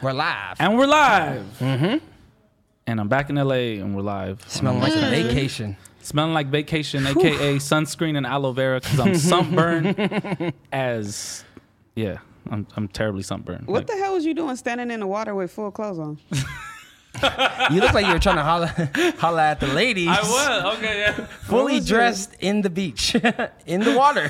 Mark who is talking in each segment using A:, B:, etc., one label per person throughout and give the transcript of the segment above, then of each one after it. A: We're live.
B: And we're live. Mm-hmm. And I'm back in LA and we're live.
A: Smelling like a vacation.
B: Smelling like vacation, aka sunscreen and aloe vera, because I'm sunburned as yeah. I'm I'm terribly sunburned.
C: What the hell was you doing standing in the water with full clothes on?
A: You look like you were trying to holla, holla at the ladies.
B: I was okay, yeah.
A: Fully dressed in the beach, in the water.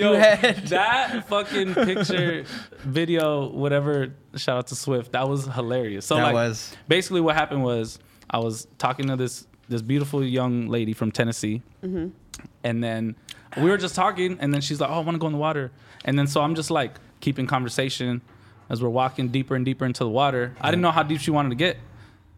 B: Yo,
A: you had
B: that fucking picture, video, whatever. Shout out to Swift. That was hilarious. So
A: That
B: like,
A: was.
B: basically what happened was I was talking to this this beautiful young lady from Tennessee, and then we were just talking, and then she's like, "Oh, I want to go in the water," and then so I'm just like keeping conversation as we're walking deeper and deeper into the water. I didn't know how deep she wanted to get.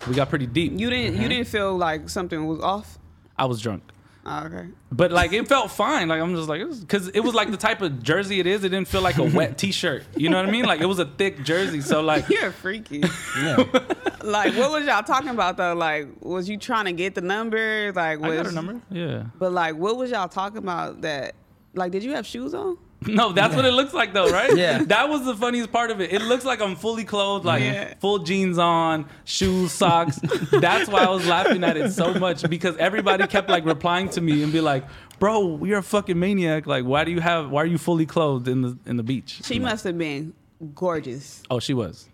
B: We got pretty deep.
C: You didn't you didn't feel like something was off?
B: I was drunk.
C: Oh, okay.
B: But like it felt fine. Like I'm just like because it was like the type of jersey it is. It didn't feel like a wet T-shirt. You know what I mean? Like it was a thick jersey. So like
C: You're freaky.
A: Yeah.
C: like what was y'all talking about though? Like was you trying to get the number? Like
B: I
C: was
B: got her number. Yeah.
C: But like what was y'all talking about that like did you have shoes on?
B: No, that's what it looks like though, right?
A: Yeah.
B: That was the funniest part of it. It looks like I'm fully clothed, like
C: Yeah.
B: full jeans on, shoes, socks. that's why I was laughing at it so much because everybody kept like replying to me and be like, "Bro, you're a fucking maniac. Like, why do you have? Why are you fully clothed in the in the beach?"
C: She must have been gorgeous.
B: Oh, she was.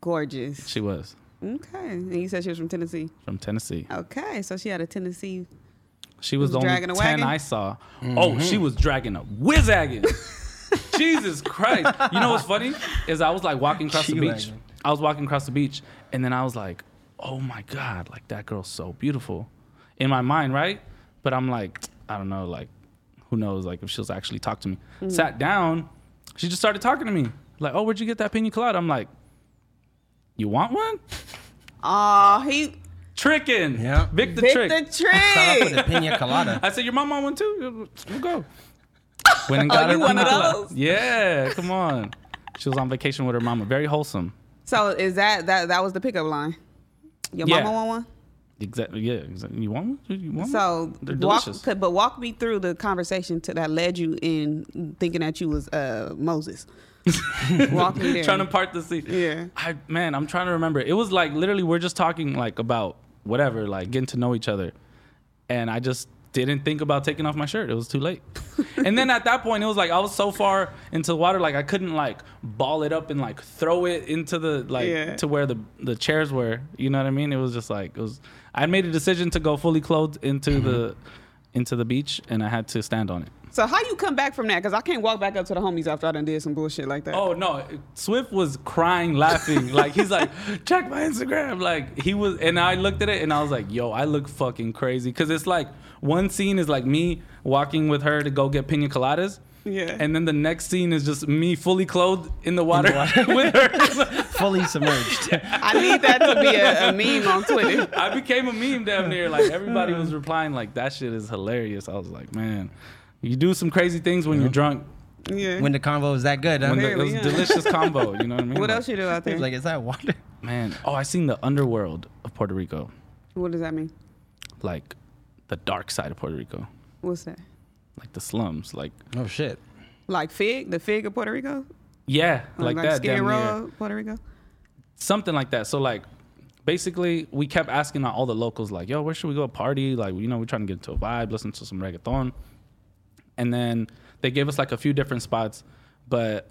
C: Gorgeous.
B: She was
C: Okay. And you said she was from Tennessee.
B: from Tennessee.
C: Okay. So she had a Tennessee
B: She was,
C: Was
B: the only
C: dragging
B: ten
C: a wagon?
B: I saw. Oh, she was dragging a whizagging. Jesus Christ! You know what's funny is I was like walking across the beach.
A: G-wagon.
B: I was walking across the beach, and then I was like, "Oh my God! Like that girl's so beautiful," in my mind, right? But I'm like, I don't know, like, who knows, like if she'll actually talk to me.
C: Hmm.
B: Sat down, she just started talking to me, like, "Oh, where'd you get that pina colada?" I'm like, "You want one?"
C: Oh, he
B: Tricking,
A: Yeah.
B: Vic the
C: picked
B: trick.
C: the
A: Start off with
C: trick.
A: a pina colada.
B: I said, "Your mom want one too? We'll go." Went and got
C: Oh, you
B: her
C: one of
B: pina
C: those?
B: colada. Yeah, come on. She was on vacation with her mama. Very wholesome.
C: So is that that that was the pickup line? Your
B: Yeah.
C: mama want one?
B: Exactly. Yeah. Exactly. You want one? You want
C: So
B: one? they're
C: walk,
B: delicious.
C: could- but walk me through the conversation to, that led you in thinking that you was uh, Moses. walk me there.
B: trying to part the sea.
C: Yeah.
B: I man, I'm trying to remember. It was like literally we're just talking like about whatever, like getting to know each other. And I just didn't think about taking off my shirt. It was too late. and then at that point it was like I was so far into the water like I couldn't like ball it up and like throw it into the like
C: Yeah.
B: to where the the chairs were. You know what I mean? It was just like it was I made a decision to go fully clothed into the into the beach and I had to stand on it.
C: so how you come back from that? Because I can't walk back up to the homies after I done did some bullshit like that.
B: Oh no, Swift was crying, laughing. like he's like, check my Instagram. Like he was, and I looked at it and I was like, yo, I look fucking crazy. Cause it's like one scene is like me walking with her to go get pina coladas.
C: Yeah.
B: And then the next scene is just me fully clothed in the water, with her.
A: Fully submerged.
C: I need that to be a, a meme on Twitter.
B: I became a meme damn near. Like everybody was replying like that shit is hilarious. I was like, man, you do some crazy things when you're drunk.
C: Yeah.
A: When the convo was that good, huh?
B: When the, it
C: Clearly,
B: was
C: yeah.
B: a delicious combo. You know what I mean?
C: what
B: Like,
C: else you do out there?
A: like, is that water?
B: Man, oh, I seen the underworld of Puerto Rico.
C: what does that mean?
B: like the dark side of Puerto Rico,
C: What's that?
B: like the slums, like
A: Oh shit.
C: Like fig, the fig of Puerto Rico,
B: yeah,
C: Or
B: like, that,
C: Skid
B: damn
C: Row,
B: near.
C: of Puerto Rico.
B: something like that. So like, basically, we kept asking all the locals, like, yo, where should we go party? Like, you know, we're trying to get into a vibe, listen to some reggaeton, and then they gave us like a few different spots, but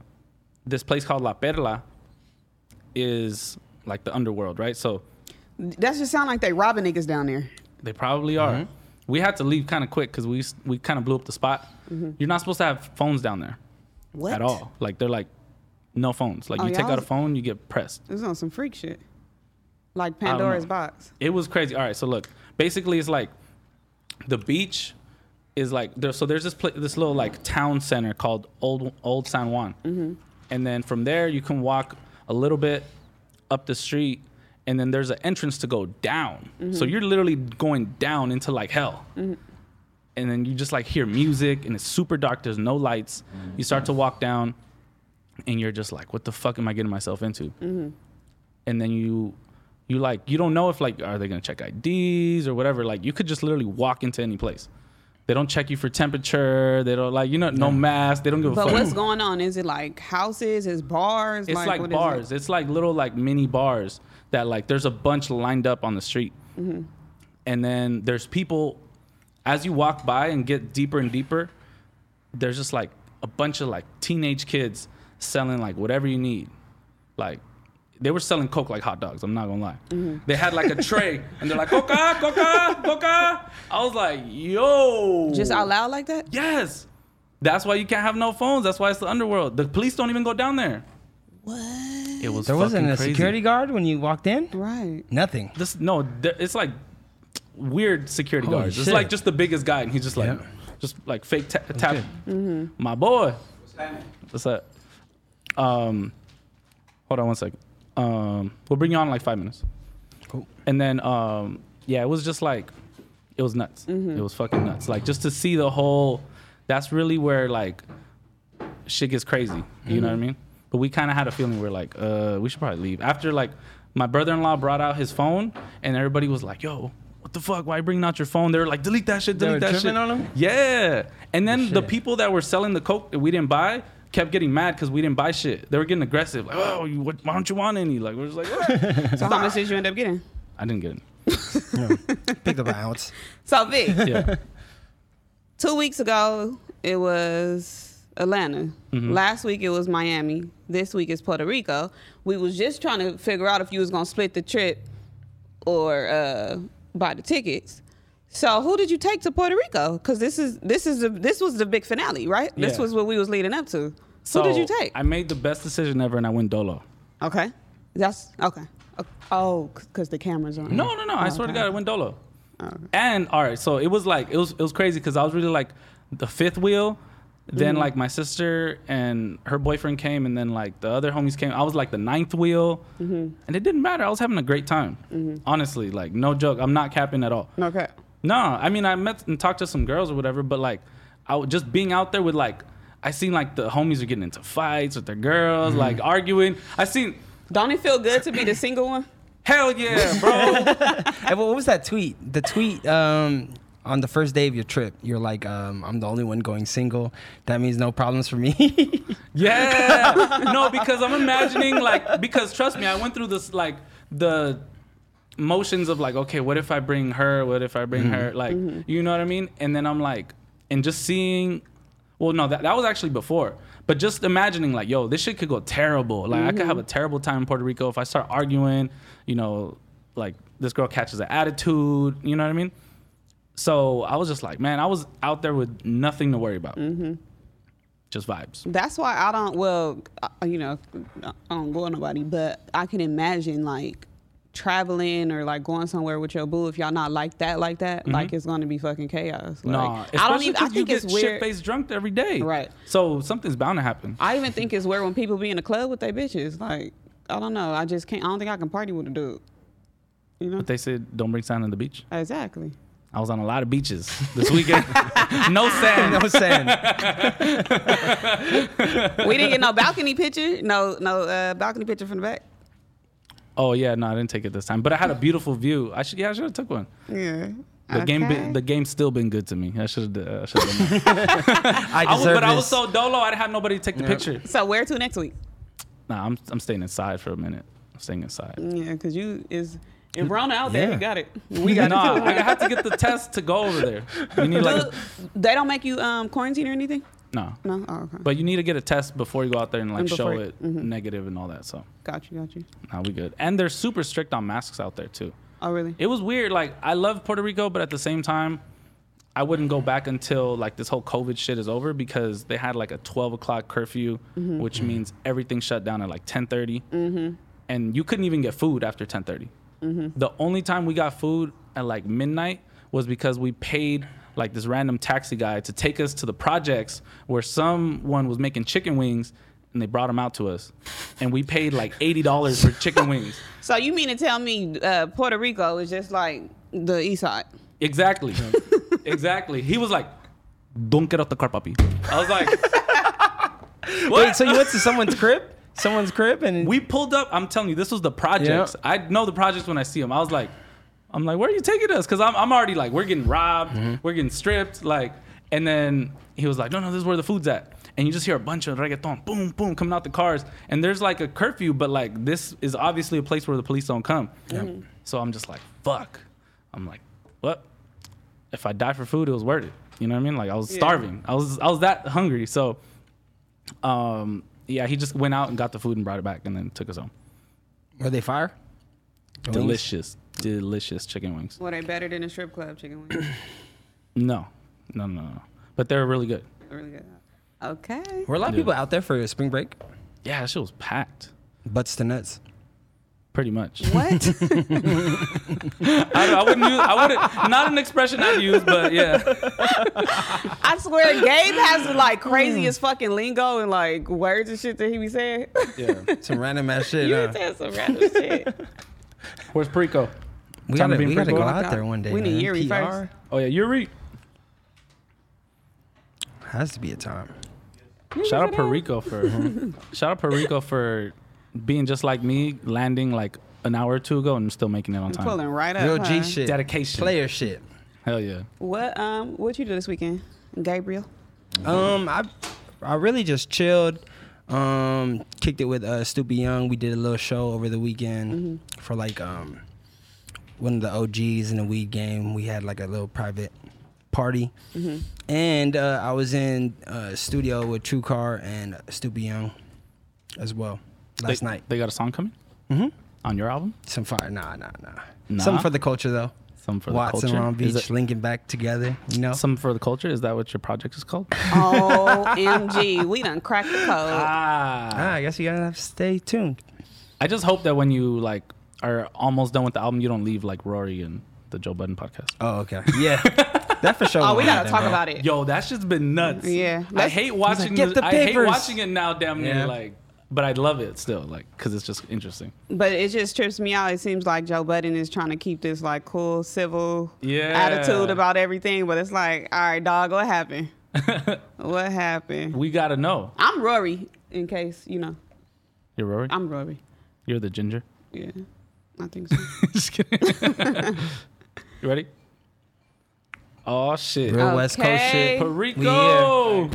B: this place called La Perla is like the underworld, right? So
C: That just sound like they robbing niggas down there.
B: They probably are.
C: Mm-hmm.
B: We had to leave kind of quick because we s- we kind of blew up the spot. You're not supposed to have phones down there,
C: Mm-hmm. What?
B: At all. Like they're like, no phones. Like
C: Oh,
B: you take out a
C: y'all's-
B: phone, you get pressed.
C: This is on some freak shit. Like
B: don't know.
C: Pandora's box.
B: It was crazy. All right, so look, basically it's like the beach is like there. So there's this pla this little like town center
C: Mm-hmm.
B: called Old Old San Juan, and then from there you can walk a little bit up the street, and then there's an entrance to go down.
C: Mm-hmm.
B: So you're literally going down into like hell. And then you just like hear music, and it's super dark. There's no lights. You start to walk down, and you're just like, "What the fuck am I getting myself into?"
C: Mm-hmm.
B: And then you, you like, you don't know if like, are they gonna check IDs or whatever? Like, you could just literally walk into any place. They don't check you for temperature. They don't like you know no mask. They don't give a
C: But
B: fuck.
C: what's going on? Is it like houses? Is bars?
B: It's like,
C: what is it?
B: bars. It's like little like mini bars that like there's a bunch lined up on the street,
C: Mm-hmm.
B: and then there's people as you walk by and get deeper and deeper. There's just like a bunch of like teenage kids selling like whatever you need, like. They were selling coke like hot dogs. I'm not gonna lie.
C: Mm-hmm.
B: They had like a tray, and they're like coca, coca, coca. I was like, yo,
C: Just out loud like that?
B: Yes, that's why you can't have no phones. That's why it's the underworld. The police don't even go down there.
C: What?
B: It was
A: There wasn't
B: fucking
A: a
B: crazy.
A: security guard when you walked in.
C: Right.
A: Nothing.
B: This no, there, it's like weird security
A: Holy
B: guards. It's
A: shit.
B: like just the biggest guy, and he's just like,
A: Yeah.
B: just like fake ta- tap. My boy, what's that? Um, hold on one second. Um, we'll bring you on in like five minutes.
A: Cool.
B: And then, um, yeah, it was just like, it was nuts.
A: Mm-hmm.
B: It was fucking nuts. Like, just to see the whole, that's really where like shit gets crazy. You
A: Mm-hmm.
B: know what I mean? But we kind of had a feeling we're like, uh, we should probably leave. After like, my brother in law brought out his phone, and everybody was like, yo, what the fuck? Why you bringing out your phone? They were like, delete that shit,
A: They
B: delete
A: were
B: that shit.
A: tripping on him?
B: Yeah. And then the
A: Shit.
B: people that were selling the coke that we didn't buy kept getting mad because we didn't buy shit. They were getting aggressive. Like, oh, you, what, why don't you want any? Like, we're just like, "What?"
C: So how much did you end up getting?
B: I didn't get any.
A: Picked up an ounce.
C: So Vic,
B: Yeah.
C: two weeks ago it was Atlanta.
B: Mm-hmm.
C: Last week it was Miami. This week is Puerto Rico. We was just trying to figure out if you was gonna split the trip or uh, buy the tickets. So who did you take to Puerto Rico? Because this is this is the, this was the big finale, right? This
B: Yeah.
C: was what we was leading up to. who did you
B: So,
C: take?
B: I made the best decision ever, and I went dolo.
C: okay, that's okay. Oh, because the cameras on.
B: No, no, no! I
C: Oh,
B: swear to
C: okay.
B: God, I went dolo. And all right, so it was like it was it was crazy because I was really like the fifth wheel. Then
C: Mm-hmm.
B: like my sister and her boyfriend came, and then like the other homies came. I was like the ninth wheel,
C: Mm-hmm.
B: and it didn't matter. I was having a great time, honestly. Like no joke, I'm not capping at all.
C: Okay.
B: No, I mean I met and talked to some girls or whatever, but like I was just being out there with like I seen like the homies are getting into fights with their girls,
C: Mm-hmm.
B: like arguing. I seen
C: Don't it feel good to be the single one?
B: hell yeah, bro.
A: Hey, what what was that tweet? The tweet um, on the first day of your trip, you're like, um, I'm the only one going single. That means no problems for me.
B: yeah. No, because I'm imagining like because trust me, I went through this like the motions of like, okay, what if I bring her? What if I bring her? Like, you know what I mean? And then I'm like, and just seeing, well, no, that, that was actually before, but just imagining like, yo, this shit could go terrible. Like, I could have a terrible time in Puerto Rico if I start arguing, you know, like this girl catches an attitude, you know what I mean? So I was just like, man, I was out there with nothing to worry about. Just vibes.
C: That's why I don't. Well, uh, you know, I don't go with nobody, but I can imagine like traveling or like going somewhere with your boo. If y'all not like that, like that,
B: Mm-hmm.
C: like it's gonna be fucking chaos. Like,
B: No,
C: I don't even. I think
B: you
C: it's
B: get
C: weird.
B: shit-faced drunk every day.
C: Right.
B: So something's bound to happen.
C: I even think it's weird when people be in the club with their bitches. Like I don't know. I just can't. I don't think I can party with a dude. You know.
B: But they said don't bring sand on the beach.
C: Exactly.
B: I was on a lot of beaches this weekend. no sand.
A: no sand.
C: We didn't get no balcony picture. No, no uh, balcony picture from the back.
B: Oh yeah, no, I didn't take it this time. But I had a beautiful view. I should yeah, I should have took one.
C: Yeah.
B: The game
C: Okay.
B: been, the game's still been good to me. I should have uh, I should have done that.
A: I
B: I was,
A: deserve
B: but I was
A: this.
B: so dolo. I didn't have nobody to take the picture.
C: so where to next week?
B: Nah, I'm I'm staying inside for a minute. I'm staying inside.
C: Yeah, because you is if Rona out
A: Mm,
C: there,
A: Yeah.
C: you got it.
B: We got no. I have to get the test to go over there. You need like
C: Look, they don't make you um, quarantine or anything.
B: no.
C: No, oh, okay.
B: But you need to get a test before you go out there and like
C: And
B: show
C: before-
B: it negative and all that. So
C: got you, got you.
B: Nah, we good. And they're super strict on masks out there too.
C: Oh, really?
B: It was weird. Like I love Puerto Rico, but at the same time, I wouldn't go back until like this whole COVID shit is over because they had like a 12 o'clock curfew, which means everything shut down at like 10:30, and you couldn't even get food after 10:30. The only time we got food at like midnight was because we paid like this random taxi guy to take us to the projects where someone was making chicken wings and they brought them out to us, and we paid like eighty dollars for chicken wings.
C: So you mean to tell me uh, Puerto Rico is just like the East Side?
B: Exactly, exactly. He was like, "Don't get out the car, puppy." I was like,
A: Wait, so you went to someone's crib? Someone's crib and
B: "We pulled up." I'm telling you, this was the projects.
A: Yeah.
B: I know the projects when I see them. I was like, "I'm like, where are you taking us?" Because I'm, I'm already like, we're getting robbed, we're getting stripped, like. And then he was like, "No, no, this is where the food's at." And you just hear a bunch of reggaeton, boom, boom, coming out the cars. And there's like a curfew, but like this is obviously a place where the police don't come. So I'm just like, fuck. I'm like, what? If I die for food, it was worth it. You know what I mean? Like I was starving. I was I was that hungry. So um yeah, he just went out and got the food and brought it back and then took us home.
A: were they fire? The wings?
B: Delicious, delicious chicken wings.
C: Were they better than a strip club chicken wings?
B: No, no, no, no. But they're really good.
C: really good. Okay.
A: Were a lot of people out there for spring break?
B: Yeah, that shit was packed.
A: Butts to nuts.
B: Pretty much.
C: What?
B: I, I wouldn't use. I wouldn't. Not an expression I'd use, but yeah.
C: I swear, Gabe has the like
A: Mm.
C: craziest fucking lingo and like words and shit that he be saying.
B: Yeah.
A: Some random ass shit.
C: you
A: huh?
C: saying some random shit.
B: Where's Perico?
A: We
B: Time to
A: gotta,
B: be in
A: we gotta go
B: Freeport?
A: out there one day.
C: We need
A: man.
C: Yuri
A: PR
B: Oh yeah, Yuri.
A: Has to be a time.
B: Shout out Perico for shout out Perico for being just like me, landing like an hour or two ago and still making it on time.
C: Pulling right up.
A: Real
C: huh?
A: G shit.
B: Dedication.
A: Player shit.
B: Hell yeah.
C: What um? What you do this weekend, Gabriel?
A: Um, I I really just chilled. Um, kicked it with uh Stupid Young. We did a little show over the weekend for like um one of the OGs in the weed game. We had like a little private party, and uh, I was in uh, studio with True Car and Stupid Young as well last
B: they,
A: night.
B: They got a song coming? Mm-hmm. On your album?
A: Some fire, nah, nah, nah,
B: Nah?
A: Some for the culture though.
B: Some for the
A: Watson,
B: culture?
A: Long
B: Is
A: Beach,
B: it-
A: linking back together. You know,
B: Some for the culture? Is that what your project is called?
C: Omg, we done cracked the code.
B: ah.
A: ah, I guess you gotta have to stay tuned.
B: I just hope that when you like are almost done with the album, you don't leave like Rory and the Joe Budden podcast.
A: Oh, okay. Yeah. that for sure.
C: oh,
A: won't
C: we gotta
A: happen,
C: talk
A: bro.
C: about it.
B: Yo, that's just been nuts.
C: Yeah.
B: I
C: Let's-
B: hate watching.
A: "Get
B: the,
A: the
B: I hate
A: papers."
B: watching it now, damn near
A: Yeah.
B: like. But I love it still, like, cause it's just interesting.
C: But it just trips me out. It seems like Joe Budden is trying to keep this like cool, civil
B: Yeah.
C: attitude about everything. But it's like, all right, dog, what happened? what happened?
B: We gotta know.
C: I'm Rory, in case you know.
B: You're Rory.
C: I'm Rory.
B: You're the ginger.
C: Yeah, I think so.
B: Just kidding. you ready? Oh shit.
A: Real West Coast
C: Okay.
A: shit.
B: Perico,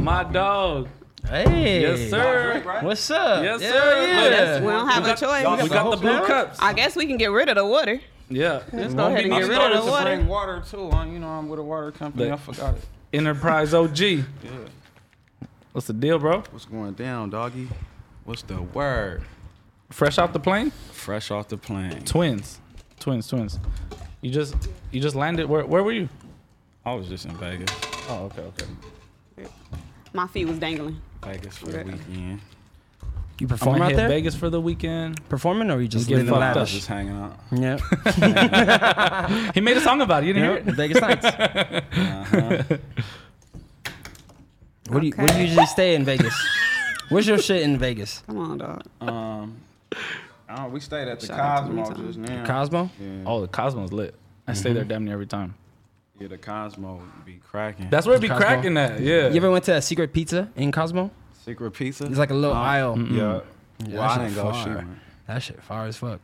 B: my dog.
A: Hey.
B: Yes, sir.
A: What's up?
B: Yes,
A: Yeah,
B: sir.
A: yeah.
B: Look, that's-
C: Oh, We don't have a
B: got-
C: choice.
B: We
C: We got-
B: got the
A: the
B: blue
A: whole
B: cups.
C: I guess we can get rid of the water.
B: Yeah.
C: Let's go
B: Won't
C: ahead
B: be
C: and
B: no
C: get rid of
B: starters
C: the
B: if-
C: water.
D: Bring water too. Huh? You know I'm with a water company.
B: But-
D: I forgot it.
B: Enterprise OG. What's the deal, bro?
D: What's going down, doggy? What's the word?
B: Fresh off the plane?
D: Fresh off the plane.
B: Twins. Twins, twins. You just you just landed where where were you?
D: I was just in Vegas.
B: Oh, okay, okay.
C: My feet was dangling.
D: Vegas for the weekend.
A: You
B: I'm
A: perform
B: gonna
A: out
B: hit
A: there?
B: Vegas for the weekend.
A: Performing or you just
B: get
A: living
B: fucked
D: I was
A: lavish?
D: just hanging out.
A: Yeah.
B: He made a song about it. You didn't
A: Yep,
B: hear it?
A: Vegas nights. What do you, where do you usually stay in Vegas? Where's your shit in Vegas?
C: Come on, dog.
D: Um, oh, we stayed at the
C: Shout out to
D: Cosmo
C: Motown.
D: just now.
A: Cosmo?
B: Oh, the Cosmo's lit. I stay there damn near every time.
D: yeah, the Cosmo be cracking.
B: That's where it be
A: Cosmo.
B: cracking at. Yeah.
A: You ever went to a secret pizza in Cosmo?
D: secret pizza.
A: It's like a little aisle.
D: Uh, yeah.
A: Yeah,
D: Well, I
A: that
D: didn't
A: shit
D: go
A: fire.
D: shit. man.
A: That shit fire as fuck.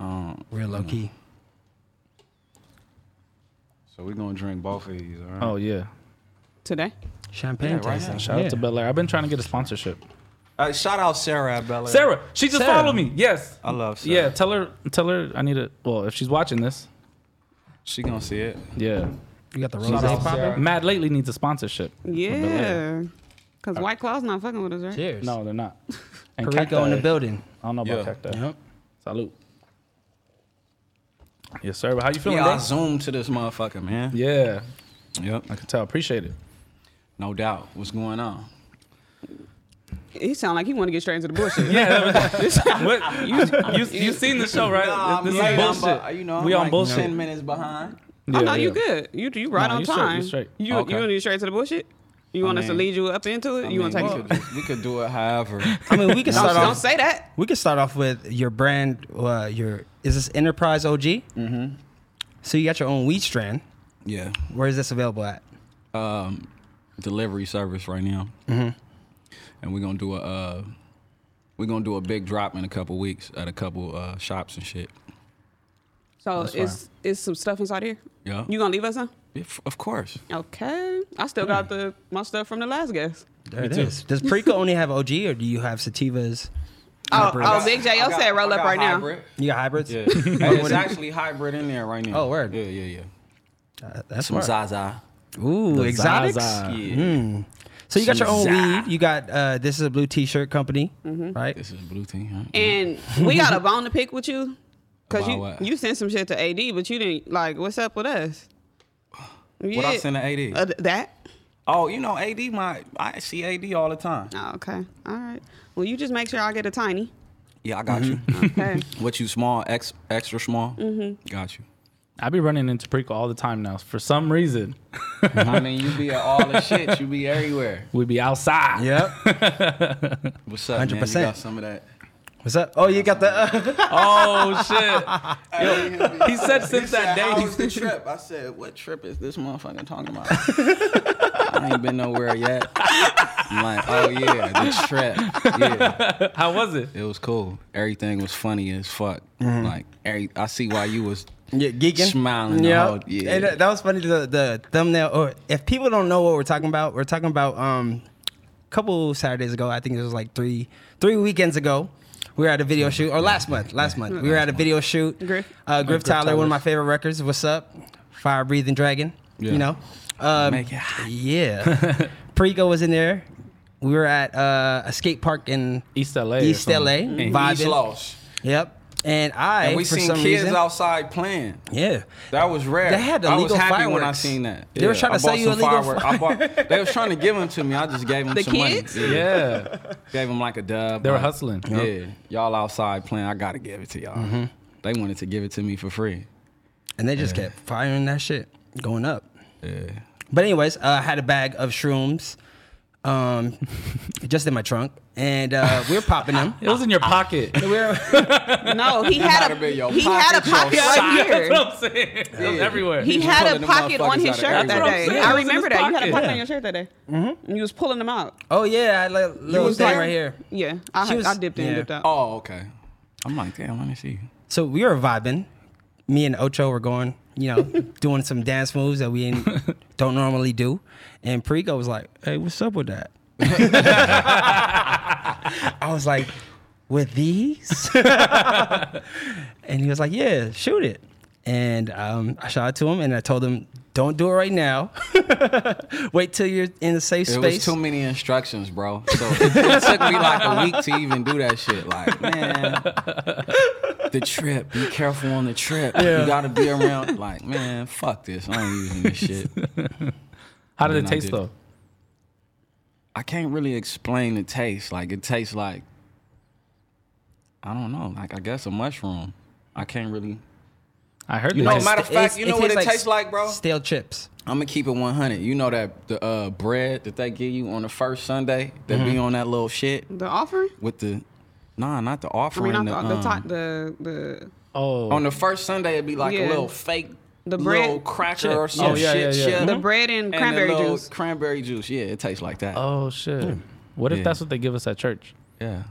D: Um,
A: Real low key.
D: so we gonna drink both of these. All right.
B: oh yeah.
C: Today?
A: Champagne
D: Yeah, right
A: tasting.
D: now.
B: Shout
A: Yeah.
B: out to Bel Air. I've been trying to get a sponsorship.
D: Uh, shout out Sarah at Bel Air.
B: Sarah, she just
A: Sarah.
B: followed me. Yes.
D: I love Sarah.
B: Yeah, tell her tell her I need a well, if she's watching this.
D: She gonna see it.
B: Yeah.
A: You got the
B: She's
A: rose
B: also-
A: popping?
B: Mad Lately needs a sponsorship.
C: Yeah. Cause White Claw's not fucking with us, right?
A: Cheers.
B: No, they're not. And
A: Perico in the
B: Cacti.
A: building.
B: I don't know about
D: Yeah.
B: Cacti.
A: Yep.
B: Salute. Yes, sir. But how you feeling,
D: Yeah, I
B: bro?
D: zoomed to this motherfucker, man.
B: Yeah,
D: Yep.
B: I can tell. Appreciate it.
D: No doubt. What's going on?
C: He sound like he want to get straight into the bullshit.
B: Yeah, that was, what, you, you you seen the show, right?
D: Nah, I'm
B: this
D: late.
B: is
D: I'm
B: bullshit.
D: bu- uh, you know, I'm
B: we on
D: like
B: bullshit.
D: Ten minutes behind.
C: oh
B: Yeah,
C: no, you
B: yeah.
C: good. You you right
B: Nah,
C: on
B: you straight, you
C: time.
B: straight.
C: You
B: Okay.
C: you want to get straight to the bullshit? You want us to
D: mean-
C: lead you up into it?
D: I
C: you want to
D: mean,
C: take
D: we
C: it?
D: could, we could do it however.
A: I mean, we can
C: Don't,
A: start
C: don't
A: off.
C: say that.
A: We can start off with your brand. Uh, your is this Enterprise OG? Mm-hmm. So you got your own weed strand.
D: yeah.
A: Where is this available at?
D: Um, delivery service right now. And we're gonna do a uh, we're gonna do a big drop in a couple weeks at a couple uh, shops and shit.
C: So is is some stuff inside here?
D: Yeah.
C: You gonna leave us on?
D: Yeah, f- Of course.
C: Okay. I still got the my stuff from the last guest.
A: There it is. Does Preco only have OG, or do you have sativas?
C: Oh,
A: Hybrids?
C: oh Big J,
D: I
C: L
D: got-
C: said roll
D: I
C: up
D: got
C: right now.
D: hybrid.
A: you got hybrids.
D: Yeah. Hey, it's actually hybrid in there right now.
A: Oh, word.
D: Yeah, yeah, yeah.
A: Uh, that's
D: Some
A: smart.
D: Zaza.
A: Ooh, exotics.
D: Yeah.
B: Zaza.
A: So you got your own
D: Zaza.
A: weed. You got uh, this is a blue T-shirt company, right?
D: This is a blue thing, huh?
C: And we got a bone to pick with you. Cause
D: About
C: you
D: what?
C: you sent some shit to AD, but you didn't like what's up with us? You
D: What I
C: did-
D: sent to AD?
C: Uh, that?
D: Oh, you know, AD, my I see AD all the time.
C: Oh, okay. All right. Well, you just make sure I get a tiny.
D: Yeah, I got you.
C: Okay.
D: what you small, ex, extra small? Mm-hmm. Got you.
B: I be running into Preco all the time now. For some reason,
D: I mean, you be at all the shit. You be everywhere.
B: we be outside.
A: Yep.
D: What's up, man? You
A: 100%.
D: got some of that.
A: What's up? Oh, you got the.
B: Oh shit! He said since that day.
D: How
B: he's-
D: was the trip? I said, what trip is this motherfucker talking about? I ain't been nowhere yet. I'm like, oh yeah, the trip. Yeah,
B: How was it?
D: it was cool. Everything was funny as fuck. Like, every, I see why you was
A: Mm-hmm. Yeah, geeking,
D: Smiling the whole- yeah.
A: And that, that was funny. The, the thumbnail, or if people don't know what we're talking about, we're talking about um, a couple Saturdays ago. I think it was like three three weekends ago. We were at a video shoot, or last month, last month we were at a video shoot.
C: Griff.
A: uh, Griff Tyler, one of my favorite records. What's up, Fire Breathing Dragon? You
D: Yeah.
A: know, um,
D: Make it hot.
A: yeah. Prego was in there. We were at uh, a skate park in
B: East LA. or
A: East LA,
B: something.
A: vibing.
D: East Los.
A: Yep. And I,
D: And we
A: for
D: seen
A: some
D: kids
A: reason,
D: outside playing.
A: yeah.
D: That was rare.
A: They had
D: I was
A: illegal
D: happy when I
A: fireworks.
D: seen that.
A: They were trying to
D: I
A: sell
D: bought
A: you
D: some
A: illegal
D: firework- I bought, they was trying to give them to me. I just gave them
C: The
D: some
C: kids?
D: money.
B: Yeah,
D: Gave them like a dub.
B: They were
D: like-
B: hustling.
D: Yeah. Y'all outside playing. I got to give it to y'all.
A: Mm-hmm.
D: They wanted to give it to me for free.
A: And they just kept firing that shit, going up.
D: Yeah.
A: But anyways, uh, I had a bag of shrooms, um, just in my trunk, and uh, we were popping them.
B: it was in your pocket.
A: We were,
C: No, he
D: might
C: had
D: have
C: a
D: been your
C: he had a
D: pocket,
C: pocket
D: your
C: right
B: That's what
C: here.
B: I'm saying. It was
D: Yeah.
B: everywhere.
C: He
D: was
C: had
D: pulling
C: a
D: them
C: pocket
D: motherfuckers
C: on his
D: out of
C: shirt
D: everywhere.
C: that
B: That's what I'm
C: day.
B: saying. It
C: I
B: was in his
C: remember that. You had a
B: pocket.
C: pocket
B: Yeah.
C: on your shirt that day. Mm-hmm. You was pulling them out.
A: oh yeah, I had a little
C: was
A: thing
C: like-
A: right here.
C: Yeah, I,
A: She was-
C: I dipped in,
A: yeah.
C: and dipped out.
D: Oh, okay. I'm like, damn, let me see.
A: So we were vibing. Me and Ocho were going, you know, doing some dance moves that we ain't, don't normally do. And Perico was like, "Hey, what's up with that?" I was like, "With these?" and he was like, "Yeah, shoot it." And um, I shot it to him, and I told him, "Don't do it right now. Wait till you're in a safe
D: It was
A: space."
D: too many instructions, bro. So it, it took me like a week to even do that shit. Like, man, the trip. Be careful on the trip. You gotta be around. Like, man, fuck this. I ain't using this shit.
B: How did
D: And
B: it
D: I
B: taste
D: did it.
B: though?
D: I can't really explain the taste. Like, it tastes like I don't know. Like, I guess a mushroom. I can't really.
B: I heard
D: You
B: they
D: know,
B: taste-
D: matter of
A: It's-
D: fact, you know what it
A: tastes
D: tastes like, bro.
A: Stale chips.
D: I'm gonna keep it 100. You know that the uh, bread that they give you on the first Sunday that
C: Mm-hmm.
D: be on that little shit
C: The offering?
D: with the nah, not the
C: I
D: offering.
C: mean, not the the,
D: um,
C: top the the
B: Oh,
D: on the first Sunday it'd be like
C: Yeah.
D: a little fake
C: The
D: little
C: bread-
D: cracker
B: Chip.
D: or some
B: Oh, yeah,
D: shit.
B: yeah, yeah.
D: chip.
C: The bread and
D: Mm-hmm. the
C: cranberry
D: little
C: juice.
D: Cranberry juice. Yeah, it tastes like that.
B: oh shit. What if
D: Yeah.
B: that's what they give us at church?
D: Yeah,